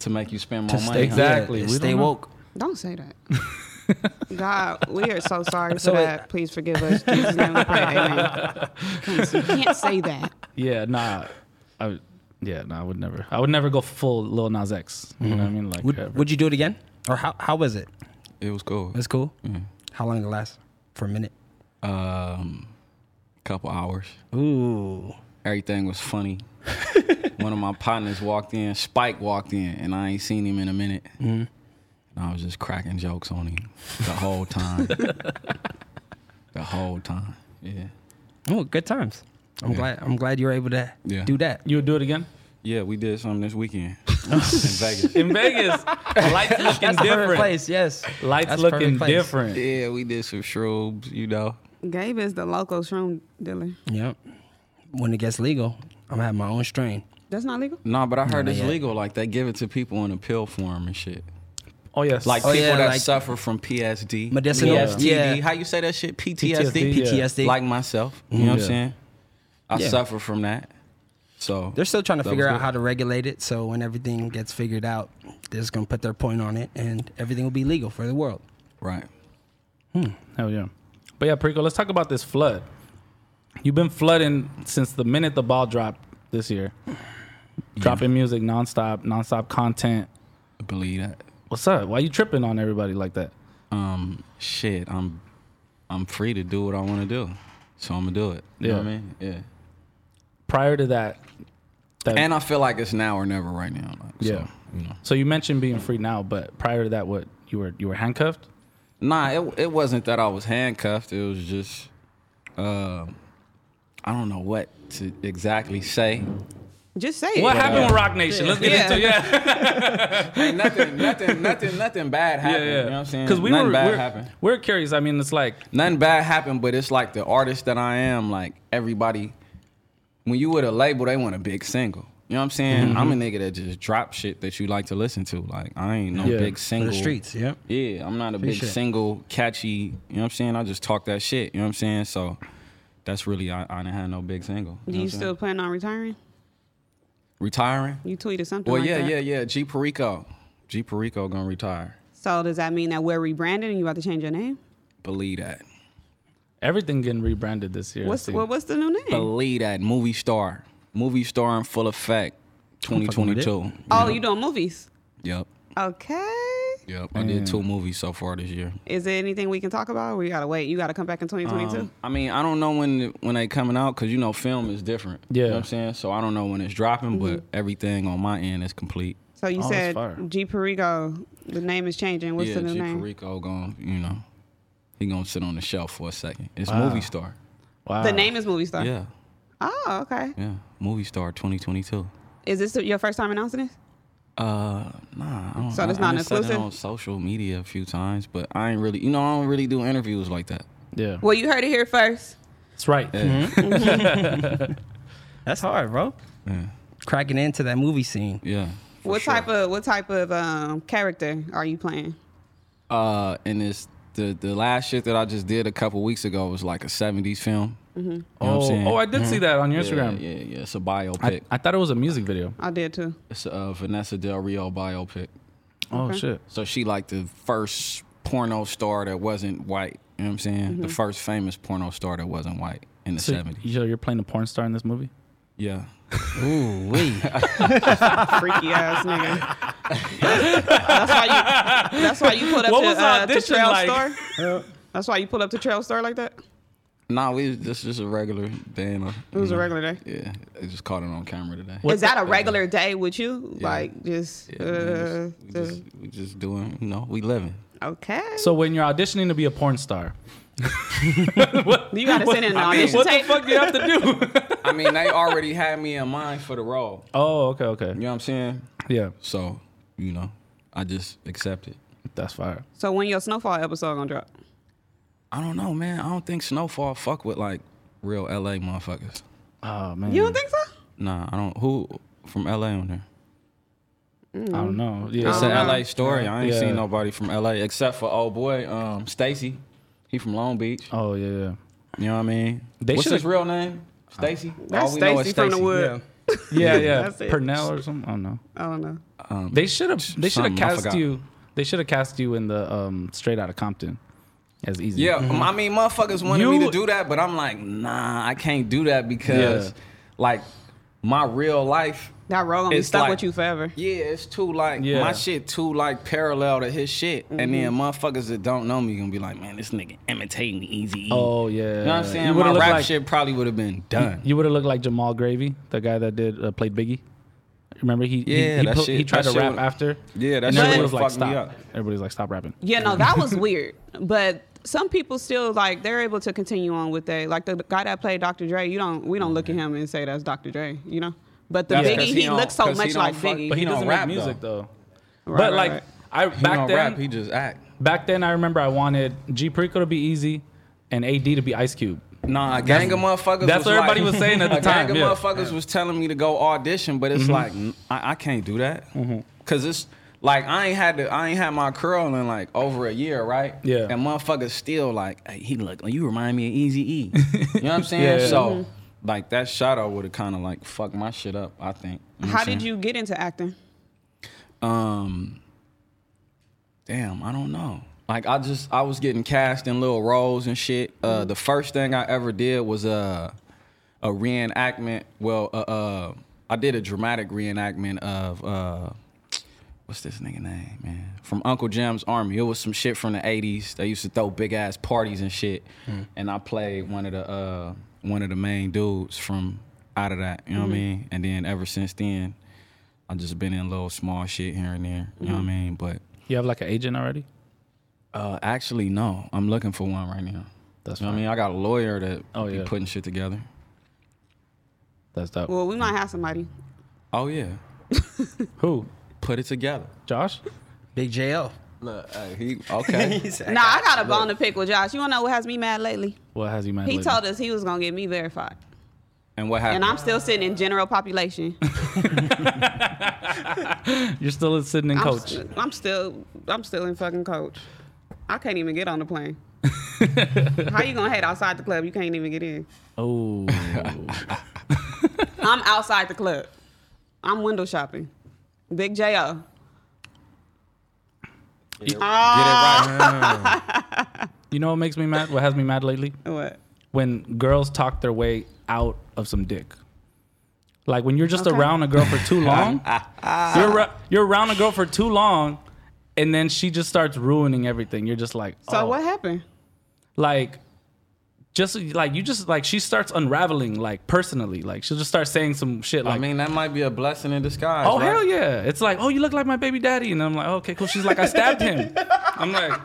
D: to make you spend more
A: To
D: money.
A: stay
D: huh?
B: Oh Exactly.
A: yeah,
B: We don't
A: stay
B: know.
A: woke.
C: Don't say that. God, we are so sorry for
A: So it-
C: that. Please forgive us. Jesus' name we pray. Amen. Please, you can't say that.
B: Yeah, nah. I, would- yeah, nah. I would never. I would never go full Lil Nas X. You know what I mean? Like,
A: Would,
B: ever.
A: would you do it again? Or how, how was it?
D: It was cool.
A: It was cool. How long did it last? For a minute.
D: Um, couple hours.
A: Ooh.
D: Everything was funny. One of my partners walked in. Spike walked in, and I ain't seen him in a minute.
A: Mm-hmm.
D: And I was just cracking jokes on him the whole time. the whole time. Yeah.
A: Oh, good times. I'm glad. I'm glad you were able to
D: Yeah.
A: do that.
B: you would do it again
D: Yeah, we did something this weekend in Vegas.
B: in Vegas? Lights looking
A: That's the perfect
B: different.
A: place. Yes.
B: Lights
A: That's the perfect
B: looking
A: place.
B: different.
D: Yeah, we did some shrooms, you know.
C: Gabe is the local shroom dealer.
A: Yep. when it gets legal, I'm gonna have my own strain.
C: That's not legal.
D: Nah, but I heard
A: not
D: it's
A: yet.
D: legal. Like they give it to people in a pill form and shit.
B: Oh yes.
D: Like
A: Oh,
D: people
A: yeah,
D: that
A: like-
D: suffer from PSD,
A: Medicinal,
D: PTSD.
A: yeah.
D: How you say that shit? PTSD.
B: PTSD, yeah.
A: PTSD.
D: Like myself. You know what I'm
B: Yeah.
D: saying? I
A: Yeah.
D: suffer from that. So
A: They're still trying to
D: That
A: figure
D: was
A: out
D: good.
A: how to regulate it. So when everything gets figured out, they're just gonna put their point on it, and everything will be legal for the world.
D: right.
B: Hell yeah. But yeah, Perico, let's talk about this flood. You've been flooding since the minute the ball dropped this year. Dropping music nonstop, nonstop content.
D: I believe that.
B: What's up? Why you tripping on everybody like that?
D: Um, shit. I'm I'm free to do what I want to do, so I'm gonna do it. You know
B: Yeah.
D: what I mean? Yeah.
B: Prior to that, that
D: And I feel like it's now or never right now. Like,
B: Yeah.
D: So, you know.
B: so you mentioned being free now, but prior to that, what you were you were handcuffed?
D: Nah, it it wasn't that I was handcuffed. It was just, uh, I don't know what to exactly say.
C: Just say
B: What
C: it.
B: happened with Rock Nation? Let's get
C: Yeah.
B: into yeah,
D: Ain't nothing, nothing, nothing, nothing bad
B: yeah,
D: happened.
B: yeah.
D: You know what I'm saying?
B: Because we
D: nothing
B: were
D: bad
B: we're,
D: happened.
B: we're curious. I mean, it's like
D: Nothing bad happened, but it's like the artist that I am. Like everybody, when you with a label, they want a big single. You know what I'm saying? I'm
A: Mm-hmm.
D: a nigga that just drop shit that you like to listen to. Like I ain't no
B: Yeah.
D: big
A: For
D: single.
A: the streets, yeah.
D: Yeah, I'm not a big
A: Appreciate it.
D: single catchy. You know what I'm saying? I just talk that shit. You know what I'm saying? So that's really I, I didn't have no big single.
C: Do
D: know
C: you
D: what I'm
C: still
D: saying?
C: plan on retiring?
D: retiring?
C: You tweeted something.
D: Well,
C: like
D: yeah,
C: that.
D: yeah, yeah. G Perico, G Perico gonna retire.
C: So does that mean that we're rebranded and you about to change your name?
D: Believe that.
B: everything getting rebranded this year. I
C: What's
B: see.
C: what, what's the new name?
D: Believe that. Movie star, movie star in full effect,
A: fucking with it.
D: 2022.
C: oh, you doing movies?
D: Yep.
C: Okay.
D: Yep. I did two movies so far this year.
C: Is there anything we can talk about? We gotta wait. You gotta come back in 2022.
D: Um, I mean, I don't know when when they coming out because you know film is different. You know
B: Yeah.
D: what I'm saying? So I don't know when it's dropping, but
C: Mm-hmm.
D: everything on my end is complete.
C: so you
B: oh, that's
C: said
B: fire.
C: G Perigo. The name is changing. What's
D: yeah,
C: the new
D: G
C: name?
D: Perico going, you know, he gonna sit on the shelf for a second. It's movie star.
B: wow.
C: The name is Movie Star.
D: Yeah,
C: Oh, okay.
D: yeah, movie star 2022.
C: Is this your first time announcing this?
D: Uh, nah. I don't,
C: So that's
D: I,
C: not
D: I
C: an
D: done said it
C: exclusive?
D: on social media a few times, but I ain't really, you know, I don't really do interviews like that.
B: Yeah,
C: Well, you heard it here first.
B: that's right.
A: That's hard, bro.
D: Yeah,
A: Cracking into that movie scene.
D: yeah. for
C: what
D: sure.
C: type of what type of um, character are you playing?
D: Uh, and it's the the last shit that I just did a couple weeks ago was like a 70s film. Mm-hmm. You know what I'm
B: Oh,
D: saying? Mm-hmm.
B: oh, I did see that on your Instagram.
D: Yeah, yeah, yeah. It's a
B: I,
D: biopic.
B: I thought it was a music video.
C: I did too.
D: it's a Vanessa Del Rio biopic.
B: Oh shit.
D: So she like the first porno star that wasn't white. You know what I'm saying? The first famous porno star that wasn't white in the
B: So
D: 70s.
B: you, you're playing a porn star in this movie?
D: Yeah.
A: Ooh, wee.
C: Freaky ass nigga. that's why you. That's why you pulled up
B: What
C: to,
B: was the
C: uh, to
B: audition
C: Trail
B: like?
C: Store. That's why you pulled up to Trail Store like that.
D: Nah, we this just a regular day. In a,
C: It was a regular day.
D: Yeah, I just caught it on camera today.
C: Is that a regular day with you? Like just,
D: Yeah,
C: uh,
D: man, we, just, we,
C: the-
D: just, we just doing, you know, we living.
C: okay.
B: So when you're auditioning to be a porn star,
C: you gotta send in an audition
B: what the
C: tape.
B: fuck do you have to do?
D: I mean, they already had me in mind for the role.
B: oh, okay, okay.
D: You know what I'm saying?
B: Yeah,
D: So, you know, I just accept it.
B: that's fire.
C: So when your snowfall episode gonna drop?
D: I don't know, man. I don't think Snowfall fuck with like real LA motherfuckers.
B: Oh man,
C: You don't think so?
D: Nah, I don't. Who from LA on there?
B: I don't know.
D: It's
B: Yeah, Uh-huh.
D: an LA story. I ain't
B: Yeah.
D: seen nobody from LA except for old boy, um, Stacy. He from Long Beach.
B: oh yeah, yeah.
D: You know what I mean?
B: They
D: What's
B: should've-
D: his real name? Stacy.
C: That's
D: All we know is
C: Stacy from the
D: Stacy.
C: wood.
A: yeah.
B: Yeah, yeah.
C: That's it.
B: Purnell or something. I don't know.
C: I don't know.
B: They should have. They should have
D: Um, something, I
B: cast
D: forgot.
B: you. They should have cast you in the um, Straight Outta Compton, as easy.
D: Yeah, um, I mean, motherfuckers wanted me
B: Mm-hmm. You-
D: to do that, but I'm like, nah, I can't do that because,
B: Yeah.
D: like, my real life.
C: That role gonna be
D: It's
C: stuck
D: like-
C: with you forever.
D: Yeah, it's too like
B: Yeah.
D: my shit too like parallel to his shit, and then motherfuckers that don't know me gonna be like, man, this nigga imitating Easy.
B: Oh yeah.
D: you know what I'm saying?
B: would've
D: my
B: looked
D: rap
B: like,
D: shit probably would have been done.
B: You would have looked like Jamal Gravy, the guy that did uh, played Biggie. Remember he
D: Yeah,
B: he, he,
D: that
B: put-
D: shit-
B: he tried
D: that
B: to
D: shit
B: rap
D: would-
B: after.
D: Yeah, that
B: and
D: shit
B: everybody
D: would've
B: was like,
D: fucked me
B: stop.
D: up.
B: Everybody's like, stop rapping.
C: Yeah, no, that was weird. But some people still like they're able to continue on with that. Like the guy that played Dr. Dre, you don't we don't look at him and say that's Dr. Dre, you know. But the
D: That's
C: Biggie,
D: 'cause
C: he,
D: he don't-
C: looks so
D: 'cause he
C: much
D: don't
C: like
D: fuck-
C: Biggie.
B: But he,
D: He don't
B: doesn't
D: rap,
B: make music though.
C: Right,
B: but
C: right,
B: like
C: right.
B: I
D: He
B: back
D: don't
B: then,
D: rap, he just act.
B: back then I remember I wanted G Perico to be easy and AD to be Ice Cube.
D: Nah, a gang of motherfuckers.
B: that's
D: was
B: what everybody
D: like-
B: was saying at the
D: a gang
B: time,
D: of
B: yeah. Mm-hmm.
D: motherfuckers was telling me to go audition, but it's like n- I, I can't do that because it's like I ain't had to, I ain't had my curl in like over a year, right?
B: Yeah.
D: And motherfuckers still like, hey, he look, you remind me of Easy E. you know what I'm saying?
B: Yeah, yeah.
D: So like that shadow would have kind of like fucked my shit up. I think. You know what
C: How
D: I'm
C: did
D: saying?
C: you get into acting?
D: Um, damn, I don't know. Like I just I was getting cast in little roles and shit. Uh, The first thing I ever did was uh, a reenactment. Well, uh, uh, I did a dramatic reenactment of uh, what's this nigga name, man? From Uncle Jim's Army. It was some shit from the '80s. They used to throw big ass parties and shit. And I played one of the uh, one of the main dudes from out of that. You know what I mean? And then ever since then, I just been in little small shit here and there. You know what I mean? But
B: You have like an agent already?
D: uh, actually, no. I'm looking for one right now.
B: That's
D: You know what
B: fine.
D: I mean? I got a lawyer that
B: Oh,
D: be
B: yeah.
D: putting shit together.
B: That's dope.
C: Well, we might have somebody.
D: Oh yeah,
B: Who?
D: put it together.
B: Josh?
A: Big JL.
D: Look, hey, he okay.
A: He's-
C: Nah, I got a bone to pick with Josh. You wanna know what has me mad lately?
B: What has he mad?
C: He
B: lately?
C: told us he was gonna get me verified.
D: and what happened?
C: And I'm still sitting in general population.
B: You're still sitting in
C: I'm,
B: coach.
C: st- I'm still I'm still in fucking coach. I can't even get on the plane. How you gonna head outside the club? You can't even get in.
B: Oh,
C: I'm outside the club. I'm window shopping. Big J.O.
D: Get it right.
B: you know what makes me mad? What has me mad lately?
C: What?
B: When girls talk their way out of some dick. Like when you're just
C: Okay.
B: around a girl for too long, you're ra- you're around a girl for too long, and then she just starts ruining everything. You're just like,
C: So
B: oh.
C: what happened?
B: like just like you just like she starts unraveling like personally like she'll just start saying some shit like
D: I mean, that might be a blessing in disguise.
B: oh
D: right?
B: hell yeah it's like oh you look like my baby daddy and i'm like okay cool she's like i stabbed him i'm like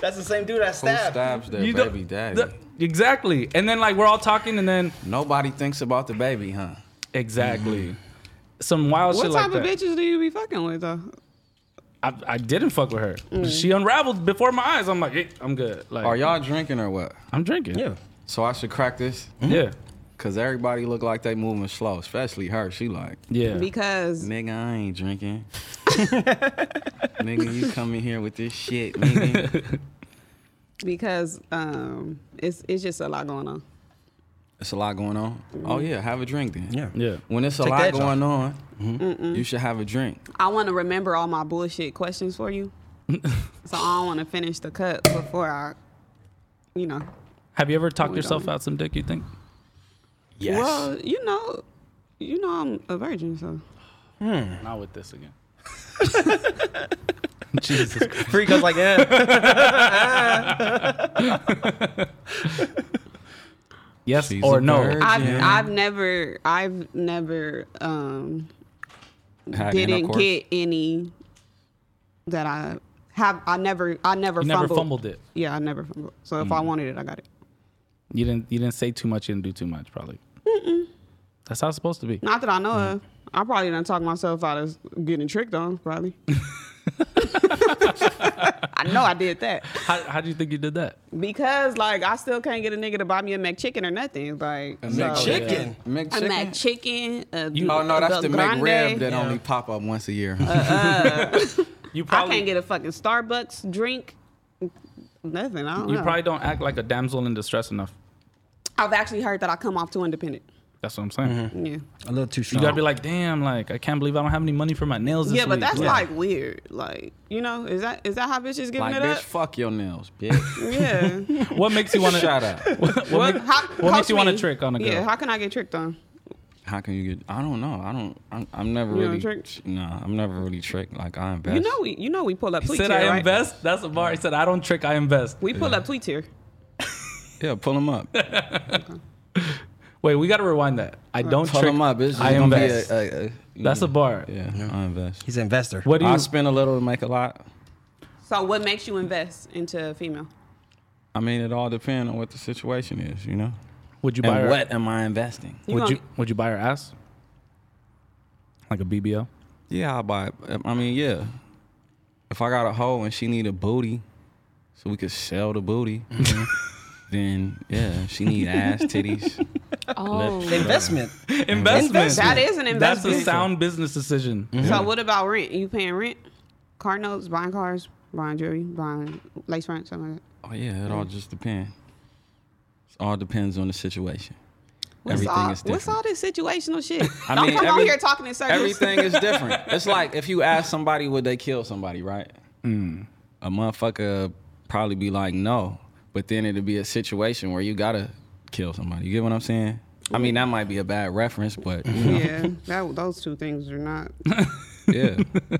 A: That's the same dude I
D: Who stabs their
B: you don't-
D: baby daddy?
B: the- exactly and then like we're all talking and then
D: Nobody thinks about the baby, huh?
B: exactly
A: Mm-hmm.
B: some wild
C: What
B: shit
C: type
B: like that
C: of bitches do you be fucking with though?
B: I, I didn't fuck with her
C: Mm.
B: she unraveled before my eyes i'm like hey, i'm good like
D: Are y'all drinking or what?
B: i'm drinking
A: Yeah. Mm-hmm.
D: So I should crack this,
B: yeah
D: cause everybody look like they moving slow, especially her. She like.
B: yeah
C: Because
D: Nigga, I ain't drinking. nigga, you come in here with this shit, nigga.
C: because um it's it's just a lot going on.
D: It's a lot going on. Oh yeah, have a drink then.
A: Yeah.
B: Mm-hmm. yeah
D: When it's a
A: Take
D: lot
A: that, John.
D: going on, you should have a drink.
C: I want to remember all my bullshit questions for you. so I don't want to finish the cut before I, you know.
B: have you ever talked
C: we
B: yourself
C: don't.
B: out some dick you think
D: Yes.
C: Well, you know, you know I'm a virgin, so.
A: Mm-hmm.
B: Not with this again. Jesus. Christ.
A: Freak goes like, eh.
B: Yes
D: She's
B: or
D: a
B: no?
D: bird.
C: I've
D: Yeah.
C: I've never I've never um
D: Had
C: didn't
D: intercourse?
C: get any that I have I never I never
B: You never
C: fumbled.
B: fumbled Mm. it.
C: Yeah, I never fumbled. So if I wanted it, I got it.
B: You didn't. You didn't say too much. You didn't do too much. Probably. That's how it's supposed to be.
C: Not that I know
B: Mm.
C: of. I probably didn't talk myself out of getting tricked on, probably. I know I did that.
B: How, how do you think you did that?
C: Because like I still can't get a nigga to buy me a McChicken or nothing. Like
D: A
C: so-
D: McChicken.
C: A
D: McChicken?
C: McChicken. A,
B: You-
D: Oh no, that's the
C: grande. Uh,
D: McRib that only pop up once a year.
B: You
C: I
B: probably.
C: can't get a fucking Starbucks drink. Nothing. I don't
B: you
C: know.
B: probably don't act like a damsel in distress enough.
C: I've actually heard that I come off too independent.
B: That's what I'm saying.
D: Mm-hmm.
C: Yeah.
A: a little too
B: You
A: strong.
B: gotta be like, damn, like I can't believe I don't have any money for my nails. This
C: yeah, but
B: week."
C: that's like weird. Like, you know, is that is that how bitches giving
D: like,
C: it
D: bitch,
C: up?
D: fuck your nails, bitch.
C: yeah.
B: what makes you want to
D: Shut up.
B: What,
C: What,
B: make-
C: how-
B: what makes
C: coach
B: you want to
C: me.
B: trick on a girl?
C: Yeah, how can I get tricked on?
D: How can you get? I don't know. I don't. I'm, I'm never
C: You don't
D: really.
C: drink?
D: Nah, I'm never really tricked. Like I invest.
C: You know we you know we pull up
B: he
C: tweets
B: said
C: here,
B: I
C: right?
B: invest. That's a bar. He said I don't trick. I invest.
C: We pull up tweets here.
D: Yeah, pull them up.
B: Wait, we gotta rewind that. I don't
D: pull
B: trick.
D: them up. It's just
B: I
D: gonna be
B: invest.
D: a- a- a-
B: That's a bar.
D: Yeah, I invest.
A: He's an investor.
B: What do you?
D: I spend a little to make a lot.
C: So what makes you invest into a female?
D: I mean, it all depends on what the situation is, you know.
B: would you buy
D: And
B: her?
D: what am I investing?
C: You
B: would
C: gonna-
B: you would you buy her ass? Like a BBL?
D: Yeah, I'll buy. It. I mean, yeah. Mm-hmm. If I got a hoe and she need a booty, so we could sell the booty. then yeah, she need ass, titties,
C: Oh.
D: lips.
A: Investment.
B: Investment.
C: That is an
B: That's a
C: investment.
B: sound business decision.
C: So what about rent? You paying rent? Car notes, buying cars, buying jewelry, buying lace front, something like that.
D: Oh yeah, it all just depends. It all depends on the situation.
C: What's
D: everything
C: all,
D: is
C: What's
D: different.
C: all this situational shit?
D: I
C: Don't
D: mean,
C: come
D: every-
C: on here talking in circles.
D: Everything is different. It's like if you ask somebody would they kill somebody, right?
B: Mm.
D: A motherfucker probably be like no, but then it'd be a situation where you gotta kill somebody. You get what I'm saying? I mean, that might be a bad reference, but you know,
C: Yeah, that, those two things are not.
D: yeah.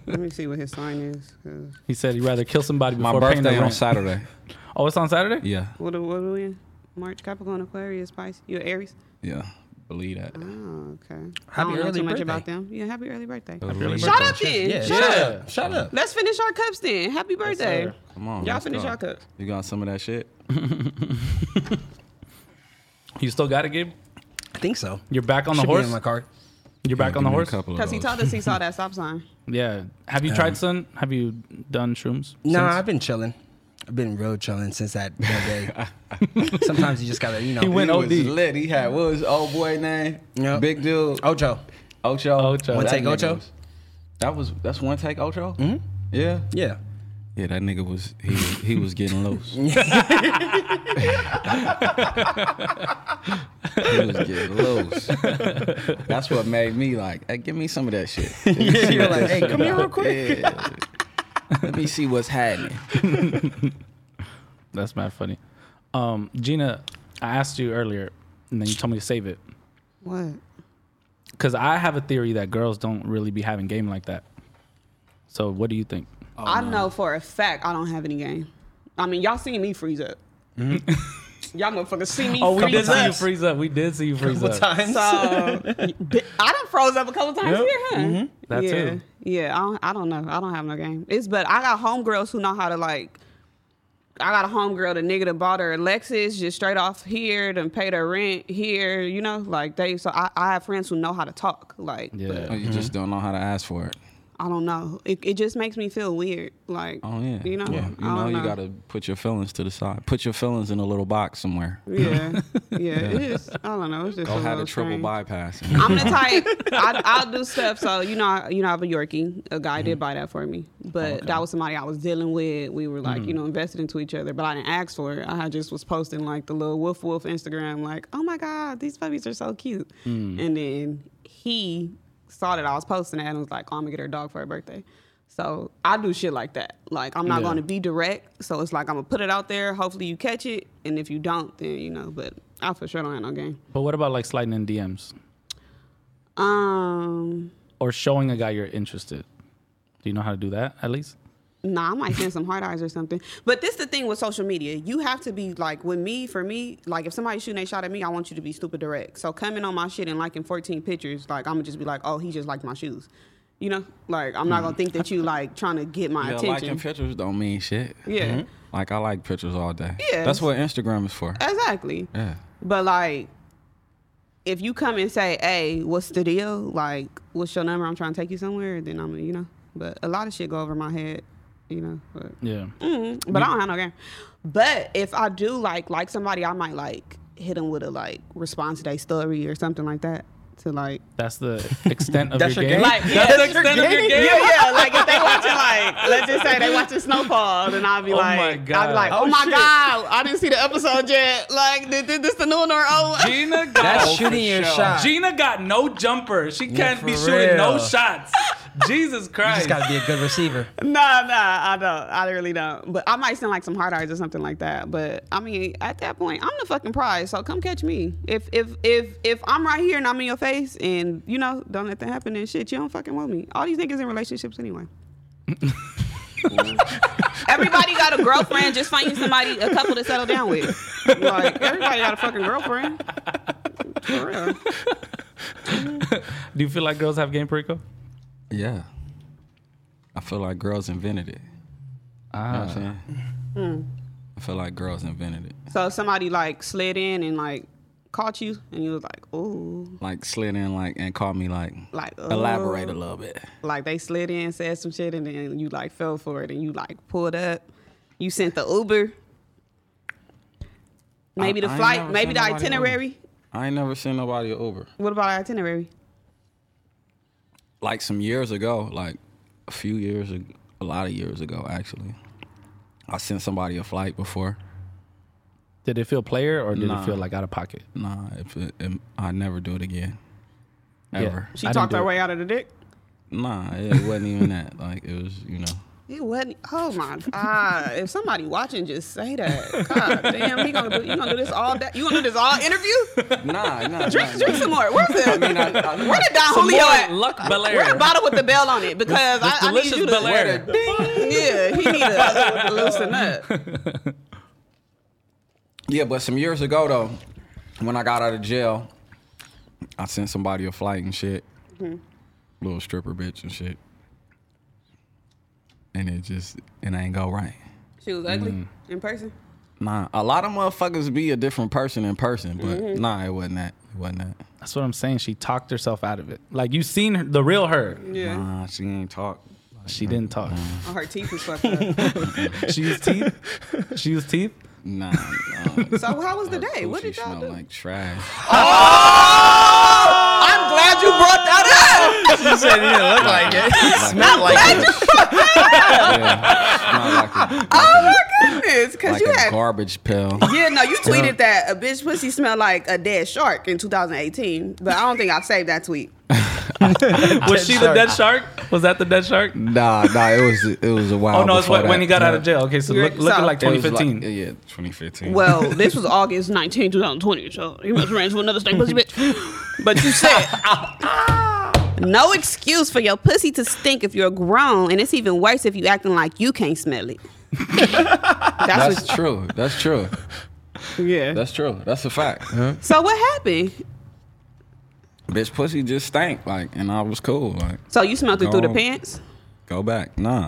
C: Let me see what his sign is. 'cause
B: He said he'd rather kill somebody
D: My
B: before paying the
D: birthday on
B: rent.
D: Saturday.
B: oh, it's on Saturday.
D: Yeah,
C: What are, what are we in? March, Capricorn, Aquarius, Pisces. You're Aries?
D: yeah. Believe that.
C: Oh, okay.
A: Happy
C: I don't know
A: early
C: too much
A: birthday.
C: about them. Yeah, happy early birthday.
D: Believe
C: Shut
D: that.
C: up then.
A: Yeah.
C: Shut up.
B: Yeah.
A: Shut up.
C: Let's finish our cups then. Happy birthday.
B: sir.
D: Come on.
C: Y'all
D: let's
C: finish
D: go.
C: our cups.
D: You got some of that shit?
B: You still got it, Gabe.
A: I think so.
B: You're back on the
A: Should
B: horse.
A: Be in my cart.
B: You're back
D: Yeah,
B: on
D: give
B: the
D: me a
B: horse.
D: couple of
C: Because he
D: those.
C: told us he saw that stop sign.
B: Yeah. Have you tried some? Have you done shrooms?
A: No,
B: since?
A: I've been chilling. I've been real chilling since that that day. Sometimes you just gotta, you know.
B: He went
D: He
B: over-
D: was
B: OD.
D: lit. He had what was his old boy name?
A: Yep.
D: Big dude.
A: Ocho.
D: Ocho.
B: Ocho. One
D: That
A: take
D: nigga
A: Ocho?
D: was- That was that's one take Ocho. Mm-hmm. Yeah.
A: Yeah.
D: Yeah, that nigga was he he was getting loose. he was getting loose. That's what made me like, hey, give me some of that shit. Let me see
A: You're
D: what
A: like,
D: that
A: hey,
D: shit
A: come here real
D: about."
A: quick.
D: Yeah. Let me see what's happening.
B: That's mad funny. Um, Gina, I asked you earlier, and then you told me to save it
C: What?
B: because I have a theory that girls don't really be having game like that. So what do you think?
C: I know for a fact I don't have any game. I mean, y'all seen me freeze up. y'all motherfuckers see me
B: Oh, we
C: freeze
B: did see you
C: up.
B: freeze up. We did see you freeze
A: What
B: up.
A: times?
C: So bi- I done froze up a couple times
B: Yep.
C: here, huh?
B: That
C: yeah.
B: too.
C: Yeah, I don't, I don't know. I don't have no game. It's but I got homegirls who know how to like. I got a homegirl, the nigga that bought her a Lexus, just straight off here, then paid her rent here. You know, like they. So I, I have friends who know how to talk. Like,
D: Oh,
B: Yeah.
D: you just don't know how to ask for it.
C: I don't know. It, it just makes me feel weird. Like,
D: Oh yeah.
C: you know,
D: Yeah.
C: I
D: You know
C: don't
D: you gotta put your feelings to the side. Put your feelings in a little box somewhere.
C: Yeah, yeah. It is. I don't know. It's just
D: Go
C: a
D: have
C: little
D: a triple
C: strange.
D: bypass.
C: I'm the type. I, I'll do stuff. So you know, I- you know, I have a Yorkie. A guy did buy that for me, but that was somebody I was dealing with. We were like, you know, invested into each other, but I didn't ask for it. I just was posting like the little woof woof Instagram, like, oh my god, these puppies are so cute. And then he saw that I was posting that and was like, oh, I'm gonna get her a dog for her birthday. So I do shit like that. Like I'm not
B: Yeah.
C: gonna be direct. So it's like I'm gonna put it out there. Hopefully you catch it, and if you don't, then you know. But I for sure don't have no game.
B: But what about like sliding in DMs
C: Um.
B: or showing a guy you're interested? Do you know how to do that at least?
C: Nah, I might send some hard eyes or something. But this the thing with social media. You have to be like with me, for me, like if somebody's shooting a shot at me, I want you to be stupid direct. So coming on my shit and liking 14 pictures, like I'ma just be like, oh, he just liked my shoes. You know? Like I'm not gonna think that you like trying to get my
D: Yeah,
C: attention.
D: liking pictures don't mean shit.
C: Yeah. Mhm.
D: Like I like pictures all day.
C: Yeah.
D: That's what Instagram is for.
C: exactly.
D: Yeah.
C: But like if you come and say, Hey, what's the deal? Like, what's your number? I'm trying to take you somewhere, then I'm you know. But a lot of shit go over my head, you know. But
B: Yeah.
C: But I don't have no game. But if I do like like somebody, I might like hit them with a like response to their story or something like that. To like,
B: That's the extent of
A: That's
B: your
A: your
B: game.
A: game?
C: like yeah,
B: That's the extent of your game.
C: yeah, yeah. Like if they watching, like let's just say they watching Snowfall, then I'll be
B: Oh
C: like,
B: my
C: I'll
B: God.
C: be like, oh,
A: Oh,
C: my
A: shit.
C: god, I didn't see the episode yet. Like, did, did this the new one or old? one?
B: Gina
A: That's
B: got
A: shooting your shot.
B: Gina got no jumper. She can't
A: for
B: be shooting no
A: real.
B: shots. Jesus
A: You
B: Christ.
A: just gotta be a good receiver.
C: Nah, nah, I don't. I really don't. But I might send like some hard eyes or something like that. But I mean, at that point, I'm the fucking prize. So come catch me. If if if if I'm right here and I'm in your face and you know don't let that happen, then shit, you don't fucking want me. All these niggas in relationships anyway. everybody got a girlfriend. Just finding somebody, a couple to settle down with. Like everybody got a fucking girlfriend. For real.
B: Do you feel like girls have game, Perico?
D: Yeah. I feel like girls invented it. You know what I'm saying?
C: Hmm.
D: I feel like girls invented it.
C: So if somebody like slid in and like caught you, and you was like, ooh.
D: Like slid in like and called me like,
C: Like,
D: elaborate
C: oh.
D: a little bit.
C: Like they slid in, said some shit, and then you like fell for it, and you like pulled up. You sent the Uber. Maybe the
D: I ain't
C: flight,
D: never
C: maybe
D: seen
C: the
D: nobody
C: itinerary.
D: Uber. I ain't never seen nobody a Uber.
C: What about itinerary?
D: Like some years ago, like a few years, ag- a lot of years ago, actually. I sent somebody a flight before.
B: Did it feel player or did
D: Nah.
B: it feel like out of pocket?
D: Nah, if it, it, I never do it again.
B: Yeah.
D: Ever.
C: She
B: I didn't
C: talked
B: do
C: her
B: it.
C: way out of the dick.
D: Nah, it wasn't even that. Like it was, you know.
C: It wasn't. Oh my God! if somebody watching, just say that. God damn, he gonna do. You gonna do this all day? You gonna do this all interview?
D: Nah, nah.
C: Drink, drink some more. Where's the? where the Don Julio at?
B: Luck Belair.
C: Where the bottle with the bell on it? Because I, I need
B: delicious
C: you to.
B: Bel Air.
C: Where the- Yeah, he need to loosen up.
D: Yeah, but some years ago though, when I got out of jail, I sent somebody a flight and shit.
C: Mm-hmm.
D: Little stripper bitch and shit. And it just it ain't go right.
C: She was ugly in person.
D: Nah, a lot of motherfuckers be a different person in person, but
C: Mm-hmm.
D: nah, it wasn't that. It wasn't that.
B: That's what I'm saying. She talked herself out of it. Like you seen her, the real her.
C: Yeah,
D: Nah, she ain't talk.
B: She didn't talk.
C: Oh, her teeth was fucked up.
B: she used teeth. She used teeth.
D: Nah, nah.
C: So how was the day? What
D: She
C: did y'all
D: smelled
C: do?
D: like trash.
C: I'm glad you brought that up.
A: You said it didn't look like it.
D: Smelled like yeah, smelled like a,
C: Goodness, because
D: like
C: Oh, you
D: a
C: had
D: garbage pail.
C: Yeah, no, you tweeted that a bitch pussy smelled like a dead shark in 2018, but I don't think I've saved that tweet.
B: Was she the dead shark? Was that the dead shark?
D: Nah, nah, it was it was a while.
B: Oh no, it's
D: before
B: what, when
D: that.
B: he got out
D: Yeah.
B: of jail. Okay, so
C: You're-
B: look, looking
C: so-
B: like
D: It was like-
B: 2015.
D: yeah, yeah, 2015.
C: Well, this was August 19, 2020, so you must ran to another stank pussy bitch. But you said no excuse for your pussy to stink if you're grown, and it's even worse if you acting like you can't smell it. That's,
D: that's true. That's true.
C: what, yeah.
D: That's true. That's a fact.
C: so what happened?
D: Bitch, pussy just stank like, and I was cool. Like,
C: So you smelled it through the
D: Gone.
C: pants?
D: go back. Nah.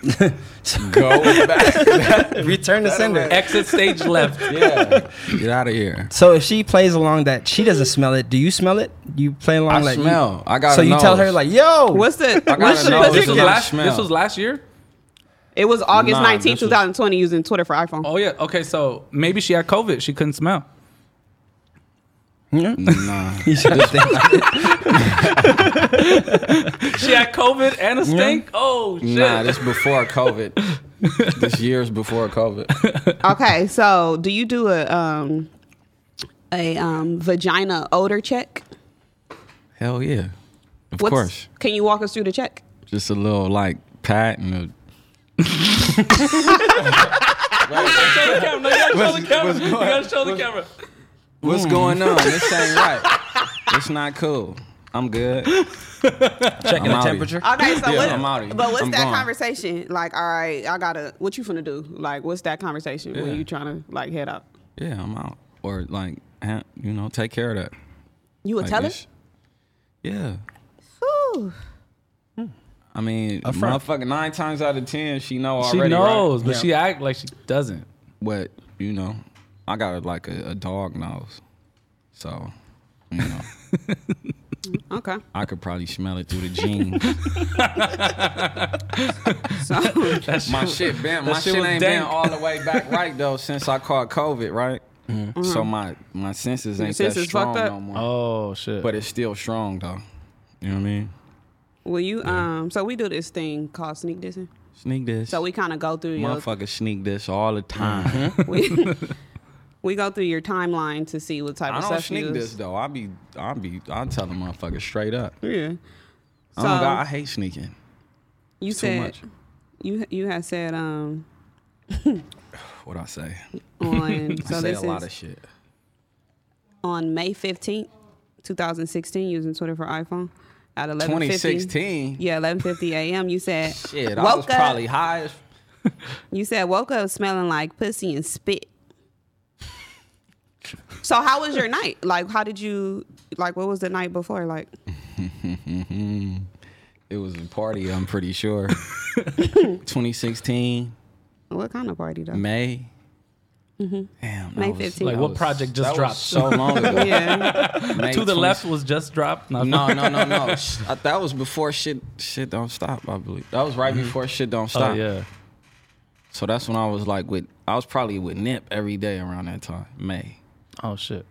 D: go back.
A: Return the sender.
B: Exit stage left.
D: Yeah. Get out of here.
A: So if she plays along that she doesn't smell it, do you smell it? You play along
D: I
A: like you-
D: smell. I got
A: So
D: a
A: you tell her
D: nose.
A: like, yo,
C: What's
D: I
C: the?
D: got
A: What's
D: a
A: your
D: nose.
B: Oh, This was,
A: Ridiculous.
B: last, this was last year.
C: It was August
D: Nah,
C: 19,
D: this was-
C: 2020, using Twitter for iPhone.
B: Oh yeah. Okay, so maybe she had COVID. She couldn't smell.
D: Nah.
A: You should have think-
B: She had COVID and a stink. Oh shit.
D: Nah, this before COVID. this year's before COVID.
C: Okay, so do you do a um a um vagina odor check?
D: Hell yeah. Of
C: What's-
D: course.
C: Can you walk us through the check?
D: Just a little like pat and a
B: show the camera. No, you gotta show the camera. You gotta show the camera.
D: What's going on? This ain't right. Mm. It's not cool. I'm good.
A: checking
D: I'm
A: the
D: outta
A: temperature.
C: Okay, so
D: Yeah,
C: what,
D: I'm outta here.
C: But what's
D: I'm
C: that
D: gone.
C: conversation? Like, all right, I gotta what you finna do? Like, what's that conversation
D: Yeah.
C: when you trying to like head out?
D: Yeah, I'm out. Or like, ha- you know, take care of that.
C: You would
D: Like,
C: tell her?
D: it's- Yeah. Hmm.
C: Whew.
D: I mean,
A: front.
D: motherfucker, nine times out of ten, she know
B: She
D: already. right?
B: knows, but
A: Yeah.
B: she act like she doesn't.
D: But you know, I got a, like a, a dog nose, so you know,
C: Okay.
D: I could probably smell it through the jeans.
C: So
D: my shit been my
B: that shit
D: shit,
B: was
D: ain't been
B: dank.
D: all the way back right though since I caught COVID, right? So my my senses ain't
C: Mm-hmm. senses
D: that strong
C: fucked up?
D: no more.
B: Oh shit.
D: But it's still strong though. You know what I mean?
C: will you um so we do this thing called sneak dissing.
D: Sneak this.
C: So we kinda go through your
D: motherfucker sneak this all the time.
B: Mm-hmm.
C: we, we go through your timeline to see what type
D: I
C: of
D: don't
C: stuff you use.
D: sneak this though. I be I be I tell the motherfucker straight up.
C: Yeah.
D: oh
C: So
D: my god, I hate sneaking.
C: you
D: Too
C: said
D: much.
C: you you had said um
D: What I say?
C: on so
D: I say
C: this
D: a lot
C: is
D: of shit.
C: on May 15th, 2016 using Twitter for iPhone at 11:50.
D: 2016.
C: Yeah, 11:50 a.m. you said
D: Shit, I was
C: woke up
D: probably high as
C: you said woke up smelling like pussy and spit. So how was your night? Like how did you like what was the night before like?
D: hmm, it was a party, I'm pretty sure. 2016,
C: What kind of party though?
D: May. Damn, that
C: Mm-hmm. May
D: was-
C: 15th.
D: that
C: Like,
B: what
D: was-
B: project just
D: that was
B: dropped?
D: so long ago.
C: Yeah.
D: May
B: to the
D: 20
B: left was just dropped. No,
D: No, no, no, no. Sh- I- that was before shit. Shit don't stop. I believe that was right before shit don't
B: Mm-hmm. Oh
D: stop.
B: yeah.
D: So that's when I was like with I was probably with Nip every day around that time, May,
B: Oh shit,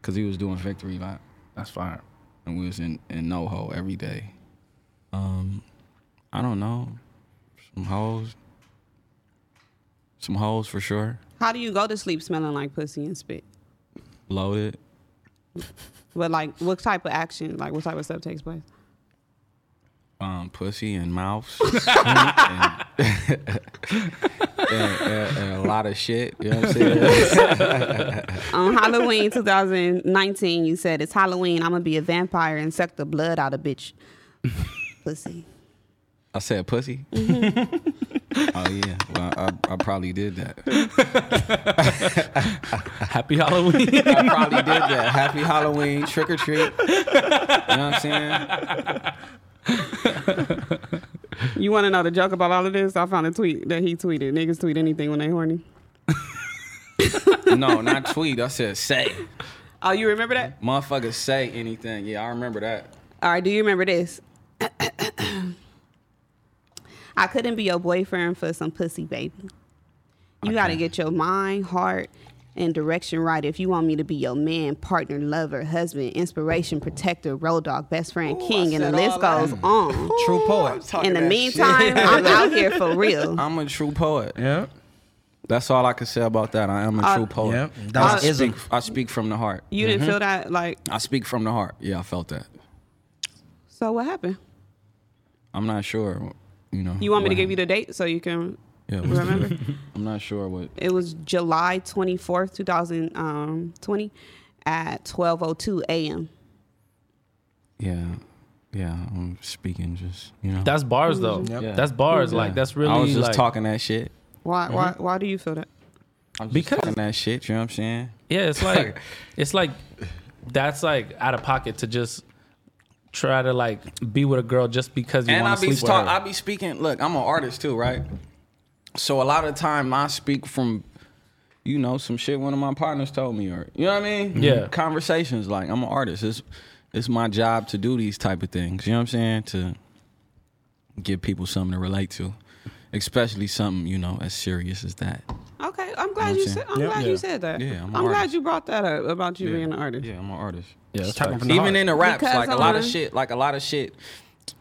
D: because he was doing Victory Lap,
B: that's fire.
D: and we was in in NoHo every day. Um, I don't know, some hoes, some hoes for sure.
C: How do you go to sleep smelling like pussy and spit?
D: Loaded.
C: But like, what type of action? Like, what type of stuff takes place?
D: um, pussy and mouths and, and- and- and a lot of shit. You know what I'm saying?
C: On Halloween 2019, you said it's Halloween. I'm gonna be a vampire and suck the blood out of bitch pussy.
D: I said pussy. oh yeah, well, I, I probably did that.
B: Happy Halloween.
D: I probably did that. Happy Halloween, trick or treat. You know what I'm saying?
C: You want to know the joke about all of this? I found a tweet that he tweeted. Niggas tweet anything when they horny.
D: No, not tweet. I said say.
C: Oh, you remember that?
D: Motherfuckers say anything. Yeah, I remember that.
C: All right, do you remember this? I couldn't be your boyfriend for some pussy, baby. You got to get your mind, heart, and direction right if you want me to be your man, partner, lover, husband, inspiration, protector, road dog, best friend, king, and the
D: said
C: list
D: all Mm.
C: goes on.
A: True poet.
C: In the meantime, I'm out here for real.
D: I'm a true poet.
A: Yeah.
D: That's all I can say about that. I am
C: Uh,
D: a true poet.
A: Yeah. That was
D: I
A: ism.
D: speak, I speak from the heart.
C: You didn't feel that? Like,
D: I speak from the heart. Yeah, I felt that.
C: so what happened?
D: I'm not sure. You know.
C: You want me to give you the date so you can
D: Yeah, what's the-
C: remember?
D: I'm not sure what.
C: It was July 24th, 2020 um, at 12:02 a.m.
D: Yeah, yeah. I'm speaking just you know.
B: That's bars though.
A: Yep.
B: That's bars.
D: Yeah.
B: Like that's really
D: I was just
B: like
D: talking that shit.
C: Why
D: Mm-hmm.
C: why why do you feel that?
D: I'm just
B: Because-
D: talking that shit. You know what I'm saying?
B: yeah. It's like it's like that's like out of pocket to just try to like be with a girl just because you
D: And I
B: want to
D: be
B: sleep with
D: talk,
B: her.
D: I be speaking. Look, I'm an artist too, right? So a lot of time I speak from, you know, some shit one of my partners told me, or you know what I mean?
B: Yeah.
D: Conversations like I'm an artist. It's it's my job to do these type of things. You know what I'm saying? To give people something to relate to, especially something you know as serious as that.
C: Okay, I'm glad you
D: Understand.
C: said. I'm glad you said that.
D: Yeah, I'm
C: I'm,
D: an
C: glad
D: artist.
C: you brought that up about you being an artist.
D: Yeah, I'm an artist.
B: yeah, that's
A: Talking
B: facts.
A: from the
D: even
A: heart.
D: in the raps
C: Because
D: like a lot
C: I-
D: of shit like a lot of shit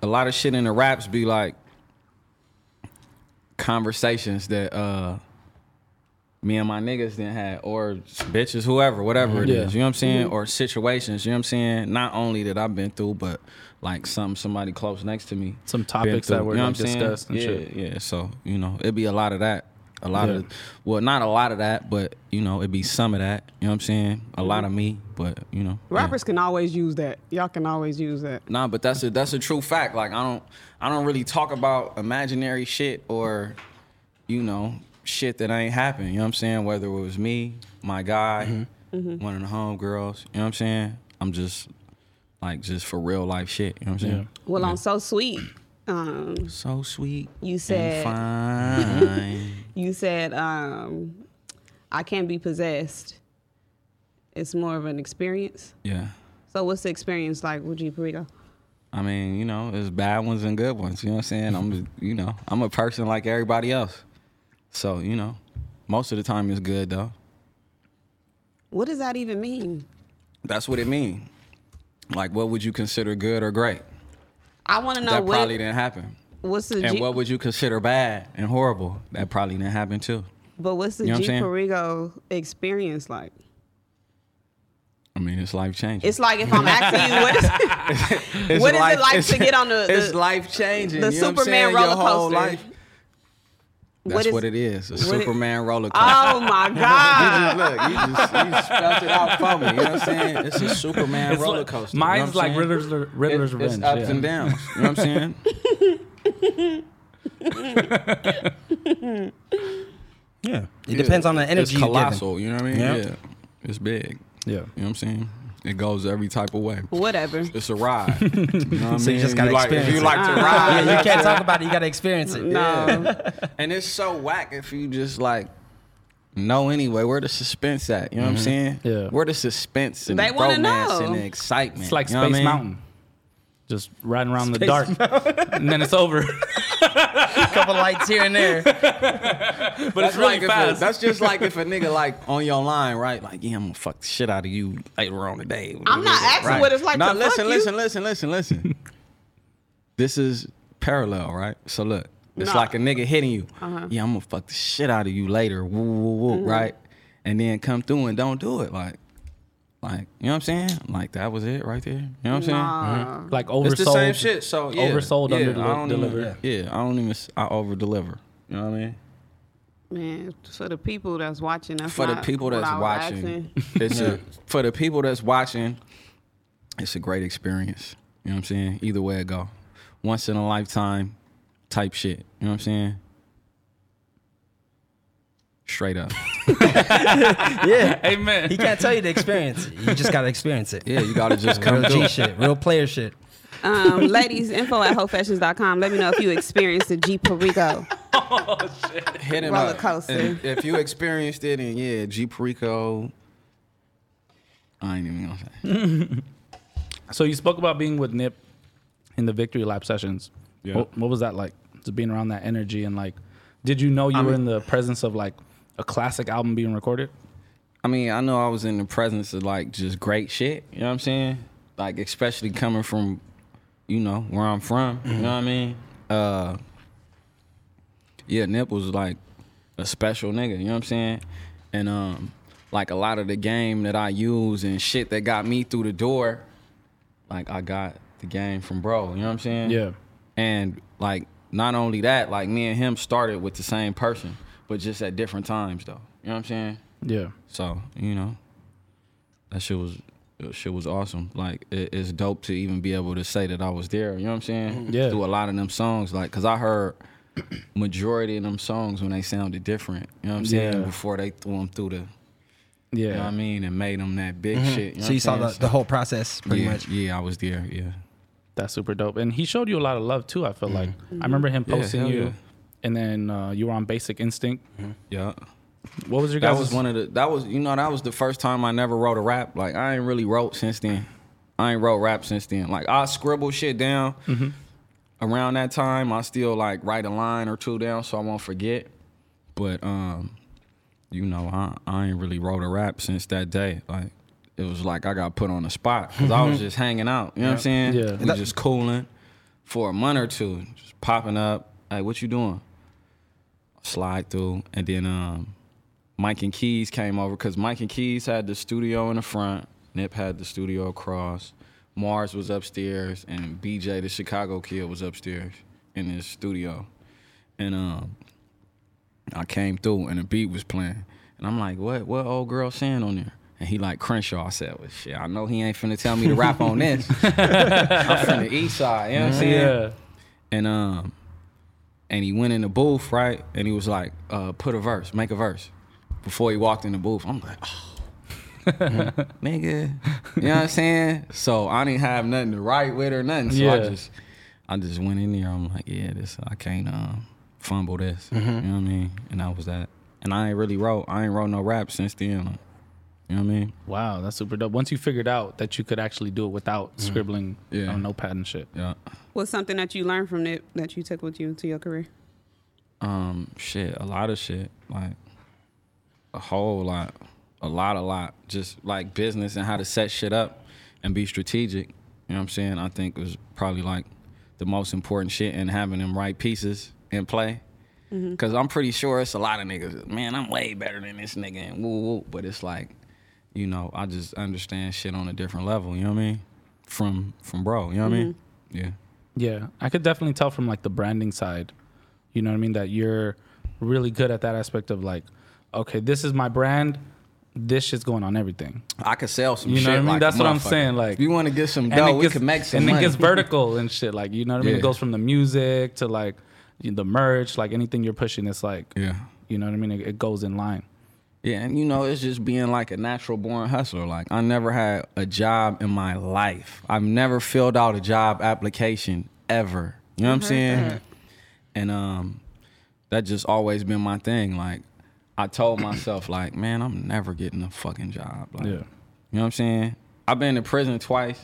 D: a lot of shit in the raps be like conversations that uh me and my niggas then had or bitches whoever whatever it is.
B: Yeah.
D: you know what i'm saying or situations you know what i'm saying not only that i've been through but like something somebody close next to me
B: Some
D: been
B: topics
D: through,
B: that were,
D: you know
B: like,
D: what I'm saying?
B: discussed and
D: yeah,
B: shit.
D: yeah so you know it'd be a lot of that a lot
B: Yeah.
D: of well not a lot of that but you know it'd be some of that you know what i'm saying a lot of me but you know yeah.
C: Rappers can always use that. Y'all can always use that.
D: Nah, but that's a that's a true fact. Like I don't I don't really talk about imaginary shit or you know shit that ain't happened. You know what I'm saying? Whether it was me, my guy,
C: Mm-hmm.
D: one of the homegirls. You know what I'm saying? I'm just like just for real life shit. You know what I'm saying?
C: Well, on so sweet. Um,
D: So sweet.
C: You said-
D: and fine.
C: you said um, I can't be possessed. It's more of an experience.
D: yeah.
C: So what's the experience like with G Burrito?
D: I mean, you know, there's bad ones and good ones. You know what I'm saying? I'm, you know, I'm a person like everybody else. So, you know, most of the time it's good though.
C: What does that even mean?
D: That's what it mean. Like, what would you consider good or great?
C: I want to know
D: that
C: Uh, what,
D: probably didn't happen.
C: what's the
D: And
C: G-
D: what would you consider bad and horrible? That probably didn't happen too.
C: But what's the
D: You know what
C: G
D: I'm saying?
C: Perigo experience like?
D: I mean, it's life changing.
C: It's like if I'm asking you, what is, what is it like to get on the,
D: It's
C: the
D: life changing.
C: the
D: you know what I'm
C: Superman
D: saying? Your
C: roller
D: whole
C: coaster?
D: life. That's
C: What
D: what,
C: is-
D: it is. A
C: it-
D: Superman roller coaster.
C: Oh my God!
D: You just- Look, you just, you just spelled it out for me. You know what I'm saying? It's a Superman
B: It's
D: roller
B: like-
D: coaster. you know
B: Mine's
D: what
B: like
D: I'm saying?
B: Riddler's, Riddler's
D: It-
B: Revenge.
D: It's ups
B: yeah.
D: and downs. You know what I'm saying?
A: Yeah. It depends on the energy.
D: It's
A: you're given.
D: colossal. You know what I mean?
A: Yeah.
D: Yeah. It's big.
B: Yeah.
D: You know what I'm saying? It goes every type of way.
C: Whatever.
D: It's a ride. You know what
A: So
D: I mean?
A: you just gotta
D: like,
A: experience
D: If you
A: it.
D: like to ride,
A: Yeah, you can't talk about it. You gotta experience it.
C: No,
D: and it's so whack if you just like know anyway where the suspense at. You know what I'm saying?
B: Yeah.
D: Where the suspense and
C: They
D: the
C: wanna
D: romance
C: know.
D: and the excitement.
B: It's like
D: you
B: Space
D: know what I mean?
B: Mountain. just riding around in the dark, and then it's over.
D: couple lights here and there. but
B: But it's really
D: like if a-
B: fast.
D: that's just like if a nigga like on your line, right? Like, yeah, I'm gonna fuck the shit out of you later on today.
C: I'm not asking what it's like
D: Now
C: to fuck
D: listen,
C: you.
D: listen, listen, listen, listen. this is parallel, right? So look, it's
C: Nah. Uh-huh.
D: like a nigga hitting you. Yeah, I'm gonna fuck the shit out of you later. Woo, woo, woo,
C: Mm-hmm.
D: right? And then come through and don't do it, like. Like, you know what I'm saying? Like that was it right there. You know what I'm saying?
B: like Mm-hmm. oversold.
D: It's the same shit. So yeah,
B: Oversold,
D: yeah,
B: underdeli-
D: I don't even-
B: delivered.
D: yeah, I don't even. s- I over deliver. You know what I mean?
C: Man, for the people that's watching, that's
D: For the
C: not
D: people
C: what
D: that's
C: I was
D: watching,
C: asking.
D: it's a, for the people that's watching. It's a great experience. You know what I'm saying? Either way it go, once in a lifetime type shit. You know what I'm saying? Straight up.
A: Yeah.
B: Amen.
A: He can't tell you to experience it. You just gotta experience it.
D: Yeah, you gotta just come
A: Real
D: through.
A: G shit. Real player shit.
C: Um, ladies, info at hofashions.com. Let me know if you experienced the Jeep Perico.
D: Hit him
C: Roller
D: up.
C: coaster.
D: And If you experienced it, and yeah, G Perico. I ain't even gonna say.
B: So you spoke about being with Nip in the victory lap sessions.
D: Yeah.
B: What, what was that like? Just being around that energy and like, did you know you were in the presence of like a classic album being recorded?
D: I mean, I know I was in the presence of like just great shit. You know what I'm saying? Like especially coming from, you know, where I'm from. You know what I mean? Uh, yeah, Nip was like a special nigga. You know what I'm saying? And um, like a lot of the game that I use and shit that got me through the door, like I got the game from bro. You know what I'm saying?
B: Yeah.
D: And like not only that, like me and him started with the same person, but just at different times though. You know what I'm saying?
B: Yeah.
D: So you know, that shit was that shit was awesome. Like it, it's dope to even be able to say that I was there. You know what I'm
A: Mm-hmm.
D: saying?
B: Yeah.
D: Through a lot of them songs, like because I heard majority of them songs when they sounded different. You know what I'm saying?
B: Yeah.
D: Before they threw them through the, you
B: Yeah.
D: know what I mean, and made them that big shit.
A: Mm-hmm.
D: know
A: so you
D: what
A: saw
D: I'm
A: the,
D: saying?
A: the whole process pretty
D: yeah,
A: much.
D: Yeah, I was there. Yeah.
B: That's super dope. And he showed you a lot of love too, I feel like. I remember him
D: Mm-hmm. Yeah,
B: posting
D: hell
B: you
D: yeah.
B: and then uh, you were on Basic Instinct.
D: Yeah.
B: What was your guys'
D: That was one of the. That was you know that was the first time I never wrote a rap. Like I ain't really wrote since then. I ain't wrote rap since then. Like I scribble shit down.
B: Mm-hmm.
D: Around that time, I still like write a line or two down so I won't forget. But um, you know I I ain't really wrote a rap since that day. Like it was like I got put on the spot because I was just hanging out. You know what I'm saying?
B: Mm-hmm. Yeah.
D: We just cooling for a month or two, just popping up. Hey, what you doing? Slide through, and then um, Mike and Keys came over because Mike and Keys had the studio in the front, Nip had the studio across, Mars was upstairs, and BJ, the Chicago kid, was upstairs in his studio. And um, I came through, and the beat was playing, and I'm like, "What? What old girl saying on there?" And he like Crenshaw. I said, "Well, shit, I know he ain't finna tell me to rap on this. I'm from the East Side, you know what I'm saying?"
B: Yeah.
D: and um and he went in the booth right and he was like uh put a verse make a verse before he walked in the booth i'm like oh nigga you know what i'm saying so i didn't have nothing to write with or nothing so i
B: Yeah.
D: just i just went in there i'm like yeah this i can't um fumble this you know what i mean and that was that and i ain't really wrote i ain't wrote no rap since then like, you know what i mean
B: Wow, that's super dope. Once you figured out that you could actually do it without scribbling
D: Mm. Yeah.
B: on a notepad and shit.
D: yeah
C: What's something that you learned from it that you took with you into your career?
D: Um, shit, a lot of shit, like a whole lot, a lot, a lot. Just like business and how to set shit up and be strategic. You know what I'm saying? I think was probably like the most important shit and having them right pieces in play. Cause I'm pretty sure it's a lot of niggas. Man, I'm way better than this nigga and woo woo. But it's like, you know, I just understand shit on a different level. You know what I mean? From from bro. You know what I mean? Yeah.
B: Yeah, I could definitely tell from like the branding side, you know what I mean, that you're really good at that aspect of like, okay, this is my brand, this shit's going on everything.
D: I could sell some
B: You know
D: shit.
B: what I mean?
D: like a
B: That's what I'm
D: motherfucker.
B: saying, like-
D: if you want to get some dough, we can make some
B: and
D: money.
B: it gets vertical and shit. Like, you know what I mean? It
D: Yeah.
B: goes from the music to like you- the merch, like anything you're pushing, it's like,
D: Yeah.
B: you know what I mean? It, it goes in line.
D: Yeah, and you know, it's just being like a natural born hustler. Like I never had a job in my life. I've never filled out a job application ever. You know what I'm saying? And um that just always been my thing. Like I told myself like, man, I'm never getting a fucking job. Like
B: Yeah.
D: You know what I'm saying? I've been to prison twice.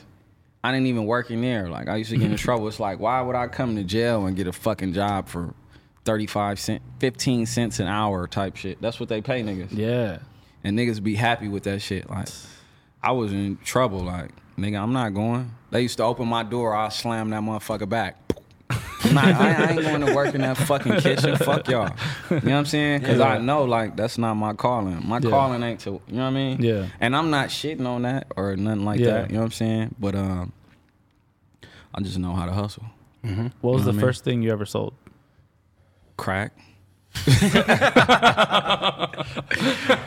D: I didn't even work in there. Like I used to get in trouble. It's like why would I come to jail and get a fucking job for 35 cent 15 cents an hour type shit. That's what they pay niggas.
B: Yeah.
D: And niggas be happy with that shit. Like I was in trouble like nigga, I'm not going. They used to open my door, I slam that motherfucker back. I'm not, I, I ain't going to work in that fucking kitchen. Fuck y'all. You know what I'm saying? Because I know, like, that's not my calling. My calling ain't to, you know what I mean?
B: Yeah.
D: And I'm not shitting on that or nothing like
B: Yeah.
D: that. You know what I'm saying? But um, I just know how to hustle.
B: What was the first thing you ever sold?
D: Crack.